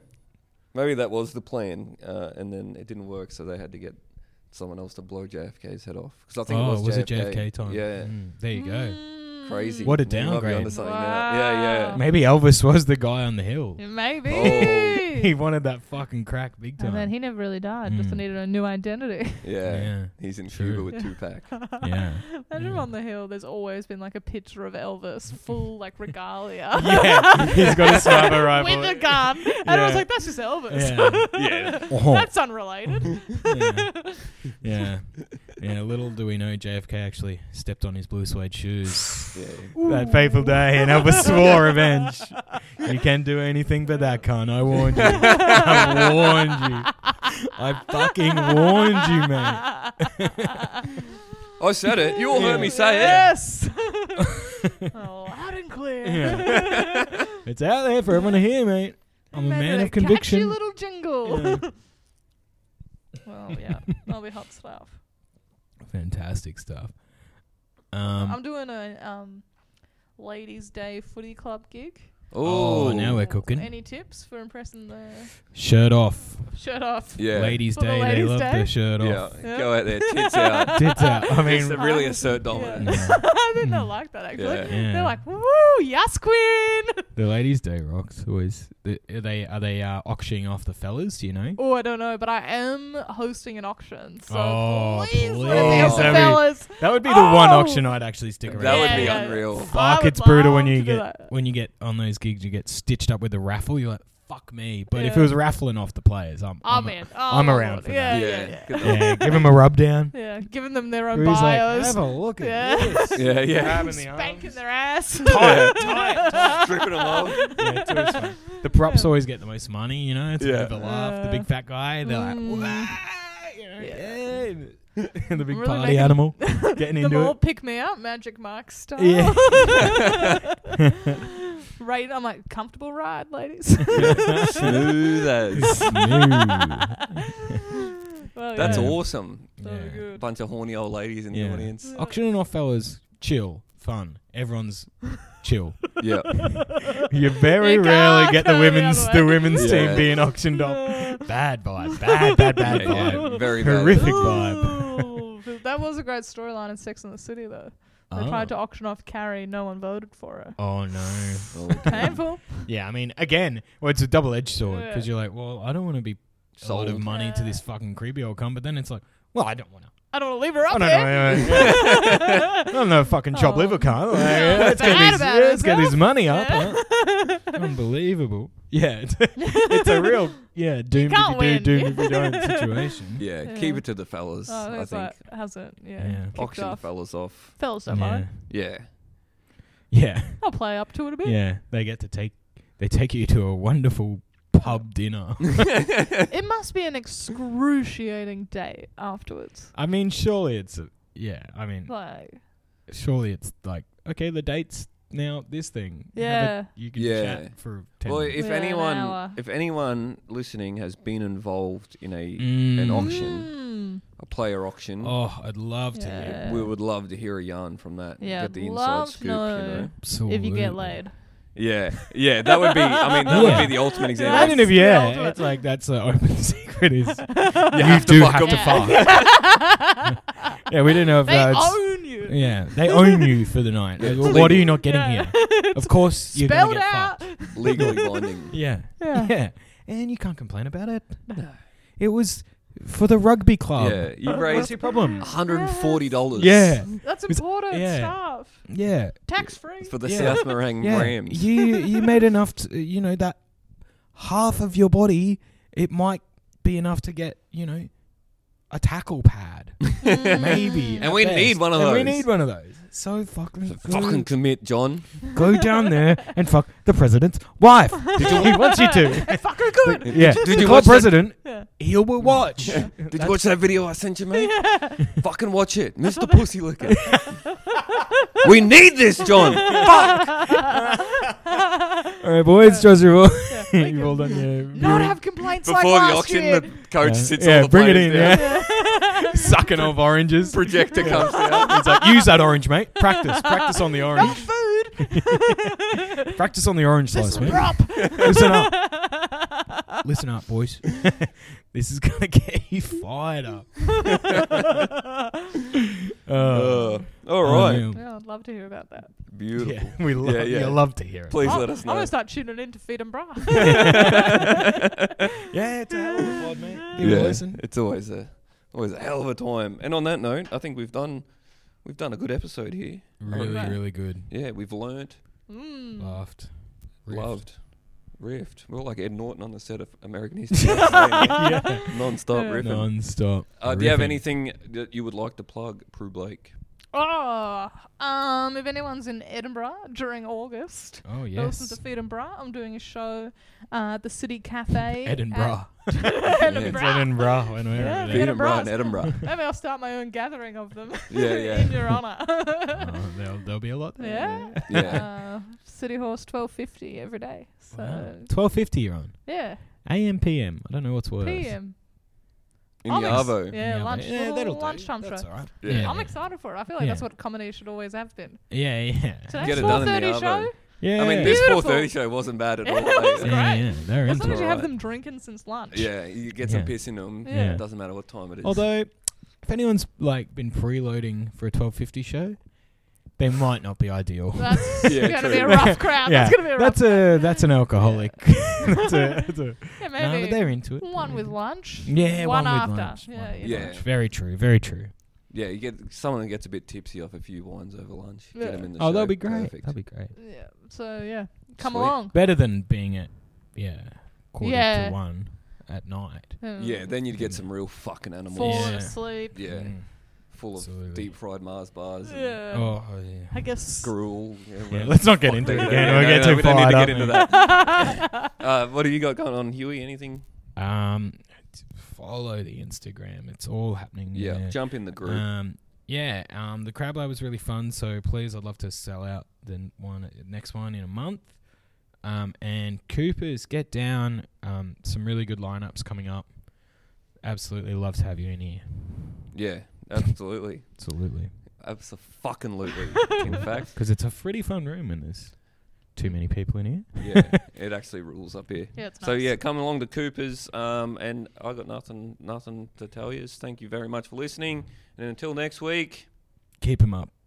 Speaker 1: Maybe that was the plan, uh, and then it didn't work, so they had to get someone else to blow JFK's head off. Because I think
Speaker 3: oh,
Speaker 1: it was,
Speaker 3: was it
Speaker 1: JFK.
Speaker 3: JFK time?
Speaker 1: Yeah.
Speaker 3: Mm, there you go.
Speaker 4: Mm.
Speaker 1: Crazy.
Speaker 3: What a
Speaker 1: We might be
Speaker 3: downgrade.
Speaker 1: onto something now. Yeah,
Speaker 4: Wow.
Speaker 1: yeah.
Speaker 3: Maybe Elvis was the guy on the hill.
Speaker 4: Yeah, Maybe.
Speaker 1: Oh.
Speaker 3: He wanted that fucking crack big time.
Speaker 4: and then Oh, he never really died. Just
Speaker 3: Mm.
Speaker 4: needed a new identity.
Speaker 1: Yeah.
Speaker 3: yeah.
Speaker 1: He's in
Speaker 3: True.
Speaker 1: Cuba with Tupac.
Speaker 3: Yeah.
Speaker 4: Imagine
Speaker 3: Yeah.
Speaker 4: on the hill. There's always been like a picture of Elvis, full like regalia.
Speaker 3: yeah. He's got a sniper rifle.
Speaker 4: With a gun, and I was
Speaker 3: Yeah.
Speaker 4: like, "That's just Elvis.
Speaker 3: Yeah.
Speaker 1: yeah.
Speaker 3: Oh,
Speaker 4: That's unrelated."
Speaker 3: yeah. yeah. Yeah. Little do we know JFK actually stepped on his blue suede shoes.
Speaker 1: Yeah.
Speaker 3: That fateful day, and Elvis swore revenge. You can't do anything but that, cunt. I warned you. I warned you. I fucking warned you, man.
Speaker 1: I said it. You all heard me say it.
Speaker 4: yes. oh, loud and clear.
Speaker 3: Yeah. It's out there for everyone to hear, mate. I'm a
Speaker 4: Made
Speaker 3: man
Speaker 4: it
Speaker 3: of conviction.
Speaker 4: Catchy little jingle.
Speaker 3: Yeah.
Speaker 4: well, yeah, that'll be hot stuff.
Speaker 3: Fantastic stuff. Um,
Speaker 4: I'm doing a um, ladies' day footy club gig
Speaker 3: Oh,
Speaker 1: Ooh.
Speaker 3: now we're cooking.
Speaker 4: Any tips for impressing the
Speaker 3: Shirt off.
Speaker 4: shirt off?
Speaker 1: yeah.
Speaker 3: Ladies'
Speaker 4: For the
Speaker 3: day. they
Speaker 4: ladies'
Speaker 3: love
Speaker 4: day?
Speaker 3: their shirt
Speaker 1: Yeah.
Speaker 3: off.
Speaker 1: Go out there, tits out.
Speaker 3: Tits out. I
Speaker 1: It's
Speaker 3: mean,
Speaker 1: to really assert dominance.
Speaker 3: Yeah.
Speaker 4: I did not like that actually.
Speaker 1: Yeah.
Speaker 3: Yeah.
Speaker 4: They're like, woo, yes, queen.
Speaker 3: the ladies' day rocks always. The, are they are they uh, auctioning off the fellas? Do you know?
Speaker 4: Oh, I don't know, but I am hosting an auction, so
Speaker 3: Oh,
Speaker 4: please, let
Speaker 1: please.
Speaker 4: me help the
Speaker 1: That'd
Speaker 3: be-
Speaker 4: fellas.
Speaker 3: That would be the one
Speaker 4: Oh!
Speaker 3: auction I'd actually stick around.
Speaker 1: That would
Speaker 3: for.
Speaker 1: be
Speaker 4: Yeah.
Speaker 1: unreal.
Speaker 4: I
Speaker 3: Fuck,
Speaker 4: would
Speaker 3: it's brutal
Speaker 4: love
Speaker 3: when you
Speaker 4: to do
Speaker 3: get
Speaker 4: that.
Speaker 3: when you get on those gigs, you get stitched up with a raffle. You're like, fuck me. But if it
Speaker 4: Yeah.
Speaker 3: was raffling off the players, I'm
Speaker 4: Oh
Speaker 3: I'm,
Speaker 4: man, oh,
Speaker 3: I'm
Speaker 4: my
Speaker 3: around
Speaker 4: Lord.
Speaker 3: for
Speaker 4: yeah,
Speaker 3: that.
Speaker 4: Yeah,
Speaker 1: Yeah.
Speaker 4: yeah,
Speaker 1: Good
Speaker 4: yeah.
Speaker 3: yeah, give him a rub down.
Speaker 4: giving them their own
Speaker 3: Who's like,
Speaker 4: bios,
Speaker 3: have a look at
Speaker 4: Yeah.
Speaker 3: this.
Speaker 1: Yeah, yeah.
Speaker 3: Grabbing the
Speaker 4: spanking
Speaker 3: arms.
Speaker 4: their ass.
Speaker 1: Tight, tight, tight. Stripping them off.
Speaker 3: Yeah, it's always fun. The props always get the most money, you know. It's a
Speaker 1: Yeah.
Speaker 3: bit of a laugh. the big fat guy, they're
Speaker 4: Mm.
Speaker 3: like, "Wah!" you know, yeah. the big
Speaker 4: really
Speaker 3: party
Speaker 4: making-
Speaker 3: animal getting
Speaker 4: the
Speaker 3: into
Speaker 4: more
Speaker 3: it.
Speaker 4: pick me up, Magic Mark style.
Speaker 3: Yeah.
Speaker 4: right, I'm like comfortable ride, ladies.
Speaker 1: Smooth as.
Speaker 4: Well,
Speaker 1: That's
Speaker 4: yeah.
Speaker 3: Yeah.
Speaker 1: awesome.
Speaker 4: That'll be
Speaker 3: Yeah.
Speaker 4: good.
Speaker 1: Bunch of horny old ladies in
Speaker 3: Yeah.
Speaker 1: the audience.
Speaker 3: Auctioning off fellas, chill, fun. Everyone's chill.
Speaker 1: Yeah.
Speaker 3: You very
Speaker 4: You
Speaker 3: rarely
Speaker 4: can't
Speaker 3: get the
Speaker 4: go ah, the
Speaker 3: women's
Speaker 4: other
Speaker 3: the
Speaker 4: way.
Speaker 3: women's
Speaker 1: Yeah.
Speaker 3: team being auctioned
Speaker 4: Yeah.
Speaker 3: off. Bad vibe, bad, bad, bad
Speaker 1: Yeah,
Speaker 3: vibe.
Speaker 1: yeah, Very
Speaker 3: Horrific.
Speaker 1: bad.
Speaker 3: vibe.
Speaker 4: Ooh, that was a great storyline in Sex and the City, though. They tried to auction off Carrie. No one voted for her.
Speaker 3: Oh no.
Speaker 1: Oh,
Speaker 4: Painful.
Speaker 3: Yeah, I mean, again, well, it's a double edged sword
Speaker 4: Yeah.
Speaker 3: because you're like, well, I don't want to be sold a lot of
Speaker 1: Sold.
Speaker 3: money to
Speaker 4: Yeah.
Speaker 3: this fucking creepy old cunt, but then it's like, well, I don't want to.
Speaker 4: I don't want to leave her
Speaker 3: I
Speaker 4: up
Speaker 3: don't know.
Speaker 4: there.
Speaker 3: I I don't know. Fucking chop
Speaker 4: Oh.
Speaker 3: liver cunt. Like,
Speaker 4: Yeah,
Speaker 3: yeah, let's get
Speaker 4: bad
Speaker 3: his,
Speaker 4: about
Speaker 3: yeah, let's get his
Speaker 4: herself.
Speaker 3: money up. huh? Unbelievable. Yeah, it's, it's a real yeah doomed if
Speaker 4: can't
Speaker 3: you do,
Speaker 4: win.
Speaker 3: doomed if you don't situation.
Speaker 1: Yeah,
Speaker 4: Yeah.
Speaker 1: keep it to the fellas.
Speaker 4: Oh,
Speaker 1: I
Speaker 4: that's
Speaker 1: think
Speaker 4: like, hasn't. Yeah.
Speaker 3: Yeah.
Speaker 4: kicked
Speaker 1: auction the
Speaker 4: off.
Speaker 1: fellas off.
Speaker 4: Fellas don't
Speaker 3: Yeah.
Speaker 4: mind.
Speaker 1: Yeah,
Speaker 3: yeah,
Speaker 4: I'll play up to it a bit.
Speaker 3: yeah. They get to take they take you to a wonderful pub dinner.
Speaker 4: It must be an excruciating day afterwards.
Speaker 3: I mean, surely it's a, yeah. I mean,
Speaker 4: Like,
Speaker 3: surely it's like okay, the date's now this thing. Have a-
Speaker 4: Yeah.
Speaker 3: you can
Speaker 1: Yeah.
Speaker 3: chat for ten.
Speaker 1: Well,
Speaker 3: minutes.
Speaker 1: if
Speaker 4: Yeah, an
Speaker 1: anyone,
Speaker 4: hour.
Speaker 1: if anyone listening has been involved in a an
Speaker 3: Mm.
Speaker 1: auction, a player auction,
Speaker 3: oh, I'd love to.
Speaker 4: Yeah.
Speaker 1: we would love to hear a yarn from that.
Speaker 4: Yeah,
Speaker 1: get the inside
Speaker 4: love to
Speaker 1: scoop. You know.
Speaker 4: know.
Speaker 3: Absolutely.
Speaker 4: if you get laid.
Speaker 1: Yeah, yeah, that would be. I mean, that
Speaker 3: Yeah.
Speaker 1: would be the ultimate example.
Speaker 3: I don't know
Speaker 4: That's
Speaker 3: if
Speaker 4: the
Speaker 3: yeah,
Speaker 4: ultimate.
Speaker 3: it's like that's the open secret is
Speaker 1: You
Speaker 3: you
Speaker 1: have to
Speaker 3: do
Speaker 1: fuck
Speaker 3: have
Speaker 1: 'em.
Speaker 3: to fuck. yeah, we don't know if
Speaker 4: they
Speaker 3: that's
Speaker 4: own you.
Speaker 3: yeah they own you for the night.
Speaker 1: Yeah,
Speaker 3: Like,
Speaker 1: it's
Speaker 3: well, what are
Speaker 1: legal.
Speaker 3: you not getting
Speaker 4: Yeah.
Speaker 3: here? Of course you're
Speaker 4: Spelled
Speaker 3: gonna get
Speaker 4: out.
Speaker 3: fucked.
Speaker 1: legally binding.
Speaker 3: Yeah.
Speaker 4: Yeah.
Speaker 3: yeah, and you can't complain about it. It was for the rugby club.
Speaker 1: yeah, you
Speaker 3: What's
Speaker 1: raised
Speaker 3: your problem?
Speaker 1: one hundred and forty dollars.
Speaker 3: Yeah,
Speaker 4: That's
Speaker 3: It's-
Speaker 4: important
Speaker 3: yeah.
Speaker 4: stuff.
Speaker 3: yeah.
Speaker 4: Tax free.
Speaker 1: for the
Speaker 3: Yeah.
Speaker 1: South Morang Rams.
Speaker 3: You you made enough. To, you know that half of your body it might be enough to get you know a tackle pad, maybe.
Speaker 1: And
Speaker 3: at
Speaker 1: we need one of
Speaker 3: And We
Speaker 1: those.
Speaker 3: need one of those. So fucking go,
Speaker 1: Fucking commit, John.
Speaker 3: go down there and fuck the president's wife. he wants you to.
Speaker 4: Fuck her good.
Speaker 3: yeah,
Speaker 1: Did you
Speaker 3: the
Speaker 1: watch
Speaker 3: club
Speaker 1: that-
Speaker 3: president.
Speaker 4: Yeah.
Speaker 3: He'll will watch.
Speaker 1: Did you watch that video I sent you, mate? Fucking watch it, Mr. Pussy Licker. we need this, John.
Speaker 3: All right, boys, Josie, you've all-
Speaker 4: we
Speaker 3: you've
Speaker 4: can
Speaker 3: all done your-
Speaker 4: Not
Speaker 3: your-
Speaker 4: have complaints
Speaker 1: Before
Speaker 4: like
Speaker 1: the
Speaker 4: last
Speaker 1: auction,
Speaker 4: year.
Speaker 1: the coach
Speaker 3: Yeah.
Speaker 1: sits
Speaker 3: Yeah,
Speaker 1: on the
Speaker 3: bring it
Speaker 1: players
Speaker 3: in,
Speaker 1: down.
Speaker 3: yeah. sucking off oranges.
Speaker 1: Projector comes out.
Speaker 3: It's like, use that orange, mate. Practice, practice on the
Speaker 4: Not
Speaker 3: orange.
Speaker 4: food.
Speaker 3: Practice on the orange
Speaker 4: This
Speaker 3: slice, mate.
Speaker 4: prop.
Speaker 3: Listen up, listen up, boys. this is gonna get you fired up.
Speaker 1: Uh,
Speaker 3: Uh,
Speaker 1: all right.
Speaker 3: unreal.
Speaker 4: Yeah, I'd love to hear about that.
Speaker 1: Beautiful.
Speaker 3: Yeah, we love.
Speaker 1: Yeah, yeah.
Speaker 3: You love to hear it.
Speaker 1: Please
Speaker 4: I'm,
Speaker 1: let us
Speaker 4: I'm
Speaker 1: know.
Speaker 4: gonna start tuning in to Feed and Bra.
Speaker 3: Yeah, it's a hell of a pod, mate. Give it
Speaker 1: Yeah,
Speaker 3: a listen.
Speaker 1: It's always a always a hell of a time. And on that note, I think we've done we've done a good episode here.
Speaker 3: Really,
Speaker 4: Alright.
Speaker 3: really good.
Speaker 1: Yeah, we've learnt,
Speaker 4: Mm.
Speaker 3: Laughed.
Speaker 1: loved, riffed. We're like Ed Norton on the set of American History X, man.
Speaker 3: yeah.
Speaker 1: non-stop riffing.
Speaker 3: Non-stop.
Speaker 1: Uh, do you have
Speaker 3: riffing.
Speaker 1: anything that you would like to plug, Prue Blake?
Speaker 4: Oh, um, if anyone's in Edinburgh during August,
Speaker 3: Oh
Speaker 4: go listen
Speaker 3: yes.
Speaker 4: to Feed and Bra. I'm doing a show uh, at the City Cafe. at-
Speaker 3: Edinburgh. It's
Speaker 4: Edinburgh.
Speaker 3: Edinburgh. When we're
Speaker 4: Yeah,
Speaker 3: over there.
Speaker 1: Edinburgh,
Speaker 4: Edinburgh's-
Speaker 1: in Edinburgh.
Speaker 4: Maybe I'll start my own gathering of them
Speaker 1: Yeah, yeah.
Speaker 4: in your honour.
Speaker 3: Oh, there'll, there'll be a lot there.
Speaker 4: yeah.
Speaker 1: yeah.
Speaker 4: Uh, City Horse 12.50 every day. So,
Speaker 3: Twelve fifty, you're on.
Speaker 4: yeah.
Speaker 3: AM PM. I don't know what's worse.
Speaker 4: PM.
Speaker 1: In
Speaker 4: I'm
Speaker 1: the
Speaker 4: ex-
Speaker 1: Arvo.
Speaker 4: Yeah,
Speaker 3: but-
Speaker 4: lunch.
Speaker 3: Yeah,
Speaker 4: little
Speaker 3: that'll do.
Speaker 4: lunchtime
Speaker 3: That's
Speaker 4: show.
Speaker 3: all right.
Speaker 1: Yeah.
Speaker 4: I'm excited for it. I feel like
Speaker 3: Yeah.
Speaker 4: that's what comedy should always have been.
Speaker 3: Yeah, yeah.
Speaker 4: So that's
Speaker 1: Get it done in the
Speaker 4: 4.30
Speaker 1: Arvo.
Speaker 4: show.
Speaker 3: Yeah.
Speaker 1: I mean, this
Speaker 4: Beautiful.
Speaker 1: 4:30 show wasn't bad at all.
Speaker 4: It was
Speaker 1: eh?
Speaker 4: great.
Speaker 3: yeah, yeah, they're
Speaker 4: As
Speaker 3: into
Speaker 4: long as
Speaker 1: all
Speaker 4: you have
Speaker 1: right.
Speaker 4: them drinking since lunch.
Speaker 1: Yeah, you get some
Speaker 3: Yeah.
Speaker 1: piss in them.
Speaker 4: Yeah.
Speaker 1: It doesn't matter what time it is.
Speaker 3: Although, if anyone's like been preloading for a twelve fifty show, they might not be ideal.
Speaker 4: That's
Speaker 1: Yeah,
Speaker 4: gonna
Speaker 1: true.
Speaker 4: be a rough crowd.
Speaker 3: yeah,
Speaker 4: That's gonna be a rough.
Speaker 3: that's a that's an alcoholic. that's a, that's a,
Speaker 4: yeah,
Speaker 3: no, but
Speaker 4: maybe
Speaker 3: they're into it.
Speaker 4: one
Speaker 3: They're
Speaker 4: with
Speaker 3: into
Speaker 4: lunch.
Speaker 3: it. yeah,
Speaker 4: one
Speaker 3: one,
Speaker 4: after.
Speaker 3: With lunch,
Speaker 4: Yeah,
Speaker 3: one with
Speaker 1: yeah.
Speaker 3: lunch. Very true. Very true.
Speaker 1: yeah, you get someone that gets a bit tipsy off a few wines over lunch.
Speaker 4: Yeah.
Speaker 1: Get them in the
Speaker 3: oh,
Speaker 1: show.
Speaker 3: that'll be great.
Speaker 1: Perfect.
Speaker 3: That'll be great.
Speaker 4: Yeah. So yeah, come
Speaker 1: Sweet.
Speaker 4: along.
Speaker 3: Better than being at yeah quarter
Speaker 4: Yeah.
Speaker 3: to one at night.
Speaker 1: yeah, then you'd get some real fucking
Speaker 4: falling
Speaker 1: animals.
Speaker 3: Four. Mm. Yeah.
Speaker 4: Um, asleep.
Speaker 1: Yeah, Um,
Speaker 3: Mm,
Speaker 1: full of
Speaker 3: absolutely.
Speaker 1: deep fried Mars bars. and
Speaker 4: Yeah.
Speaker 3: Oh yeah.
Speaker 4: I guess.
Speaker 1: Gruel. Yeah,
Speaker 3: Yeah,
Speaker 1: whatever.
Speaker 3: let's not get
Speaker 1: Fuck
Speaker 3: into it
Speaker 1: that.
Speaker 3: again.
Speaker 1: No,
Speaker 3: we'll
Speaker 1: no,
Speaker 3: get
Speaker 1: no,
Speaker 3: too
Speaker 1: we don't need
Speaker 3: fired
Speaker 1: to
Speaker 3: up,
Speaker 1: get into
Speaker 3: man.
Speaker 1: that. Uh, what do you got going on, Huey? Anything?
Speaker 3: Um, t- follow the Instagram. It's all happening.
Speaker 1: Yeah,
Speaker 3: there.
Speaker 1: jump in the group.
Speaker 3: Um, yeah. Um, the crab lab was really fun. So please, I'd love to sell out the n- one next one in a month. Um, and Coopers, get down. Um, some really good lineups coming up. Absolutely love to have you in here.
Speaker 1: yeah, absolutely,
Speaker 3: Absolutely,
Speaker 1: absolutely. in fact,
Speaker 3: because it's a pretty fun room and there's too many people in here.
Speaker 1: yeah, it actually rules up here.
Speaker 4: Yeah, it's nice.
Speaker 1: So yeah, come along to Cooper's, um, and I got nothing, nothing to tell you. Thank you very much for listening, and until next week.
Speaker 3: Keep 'em up.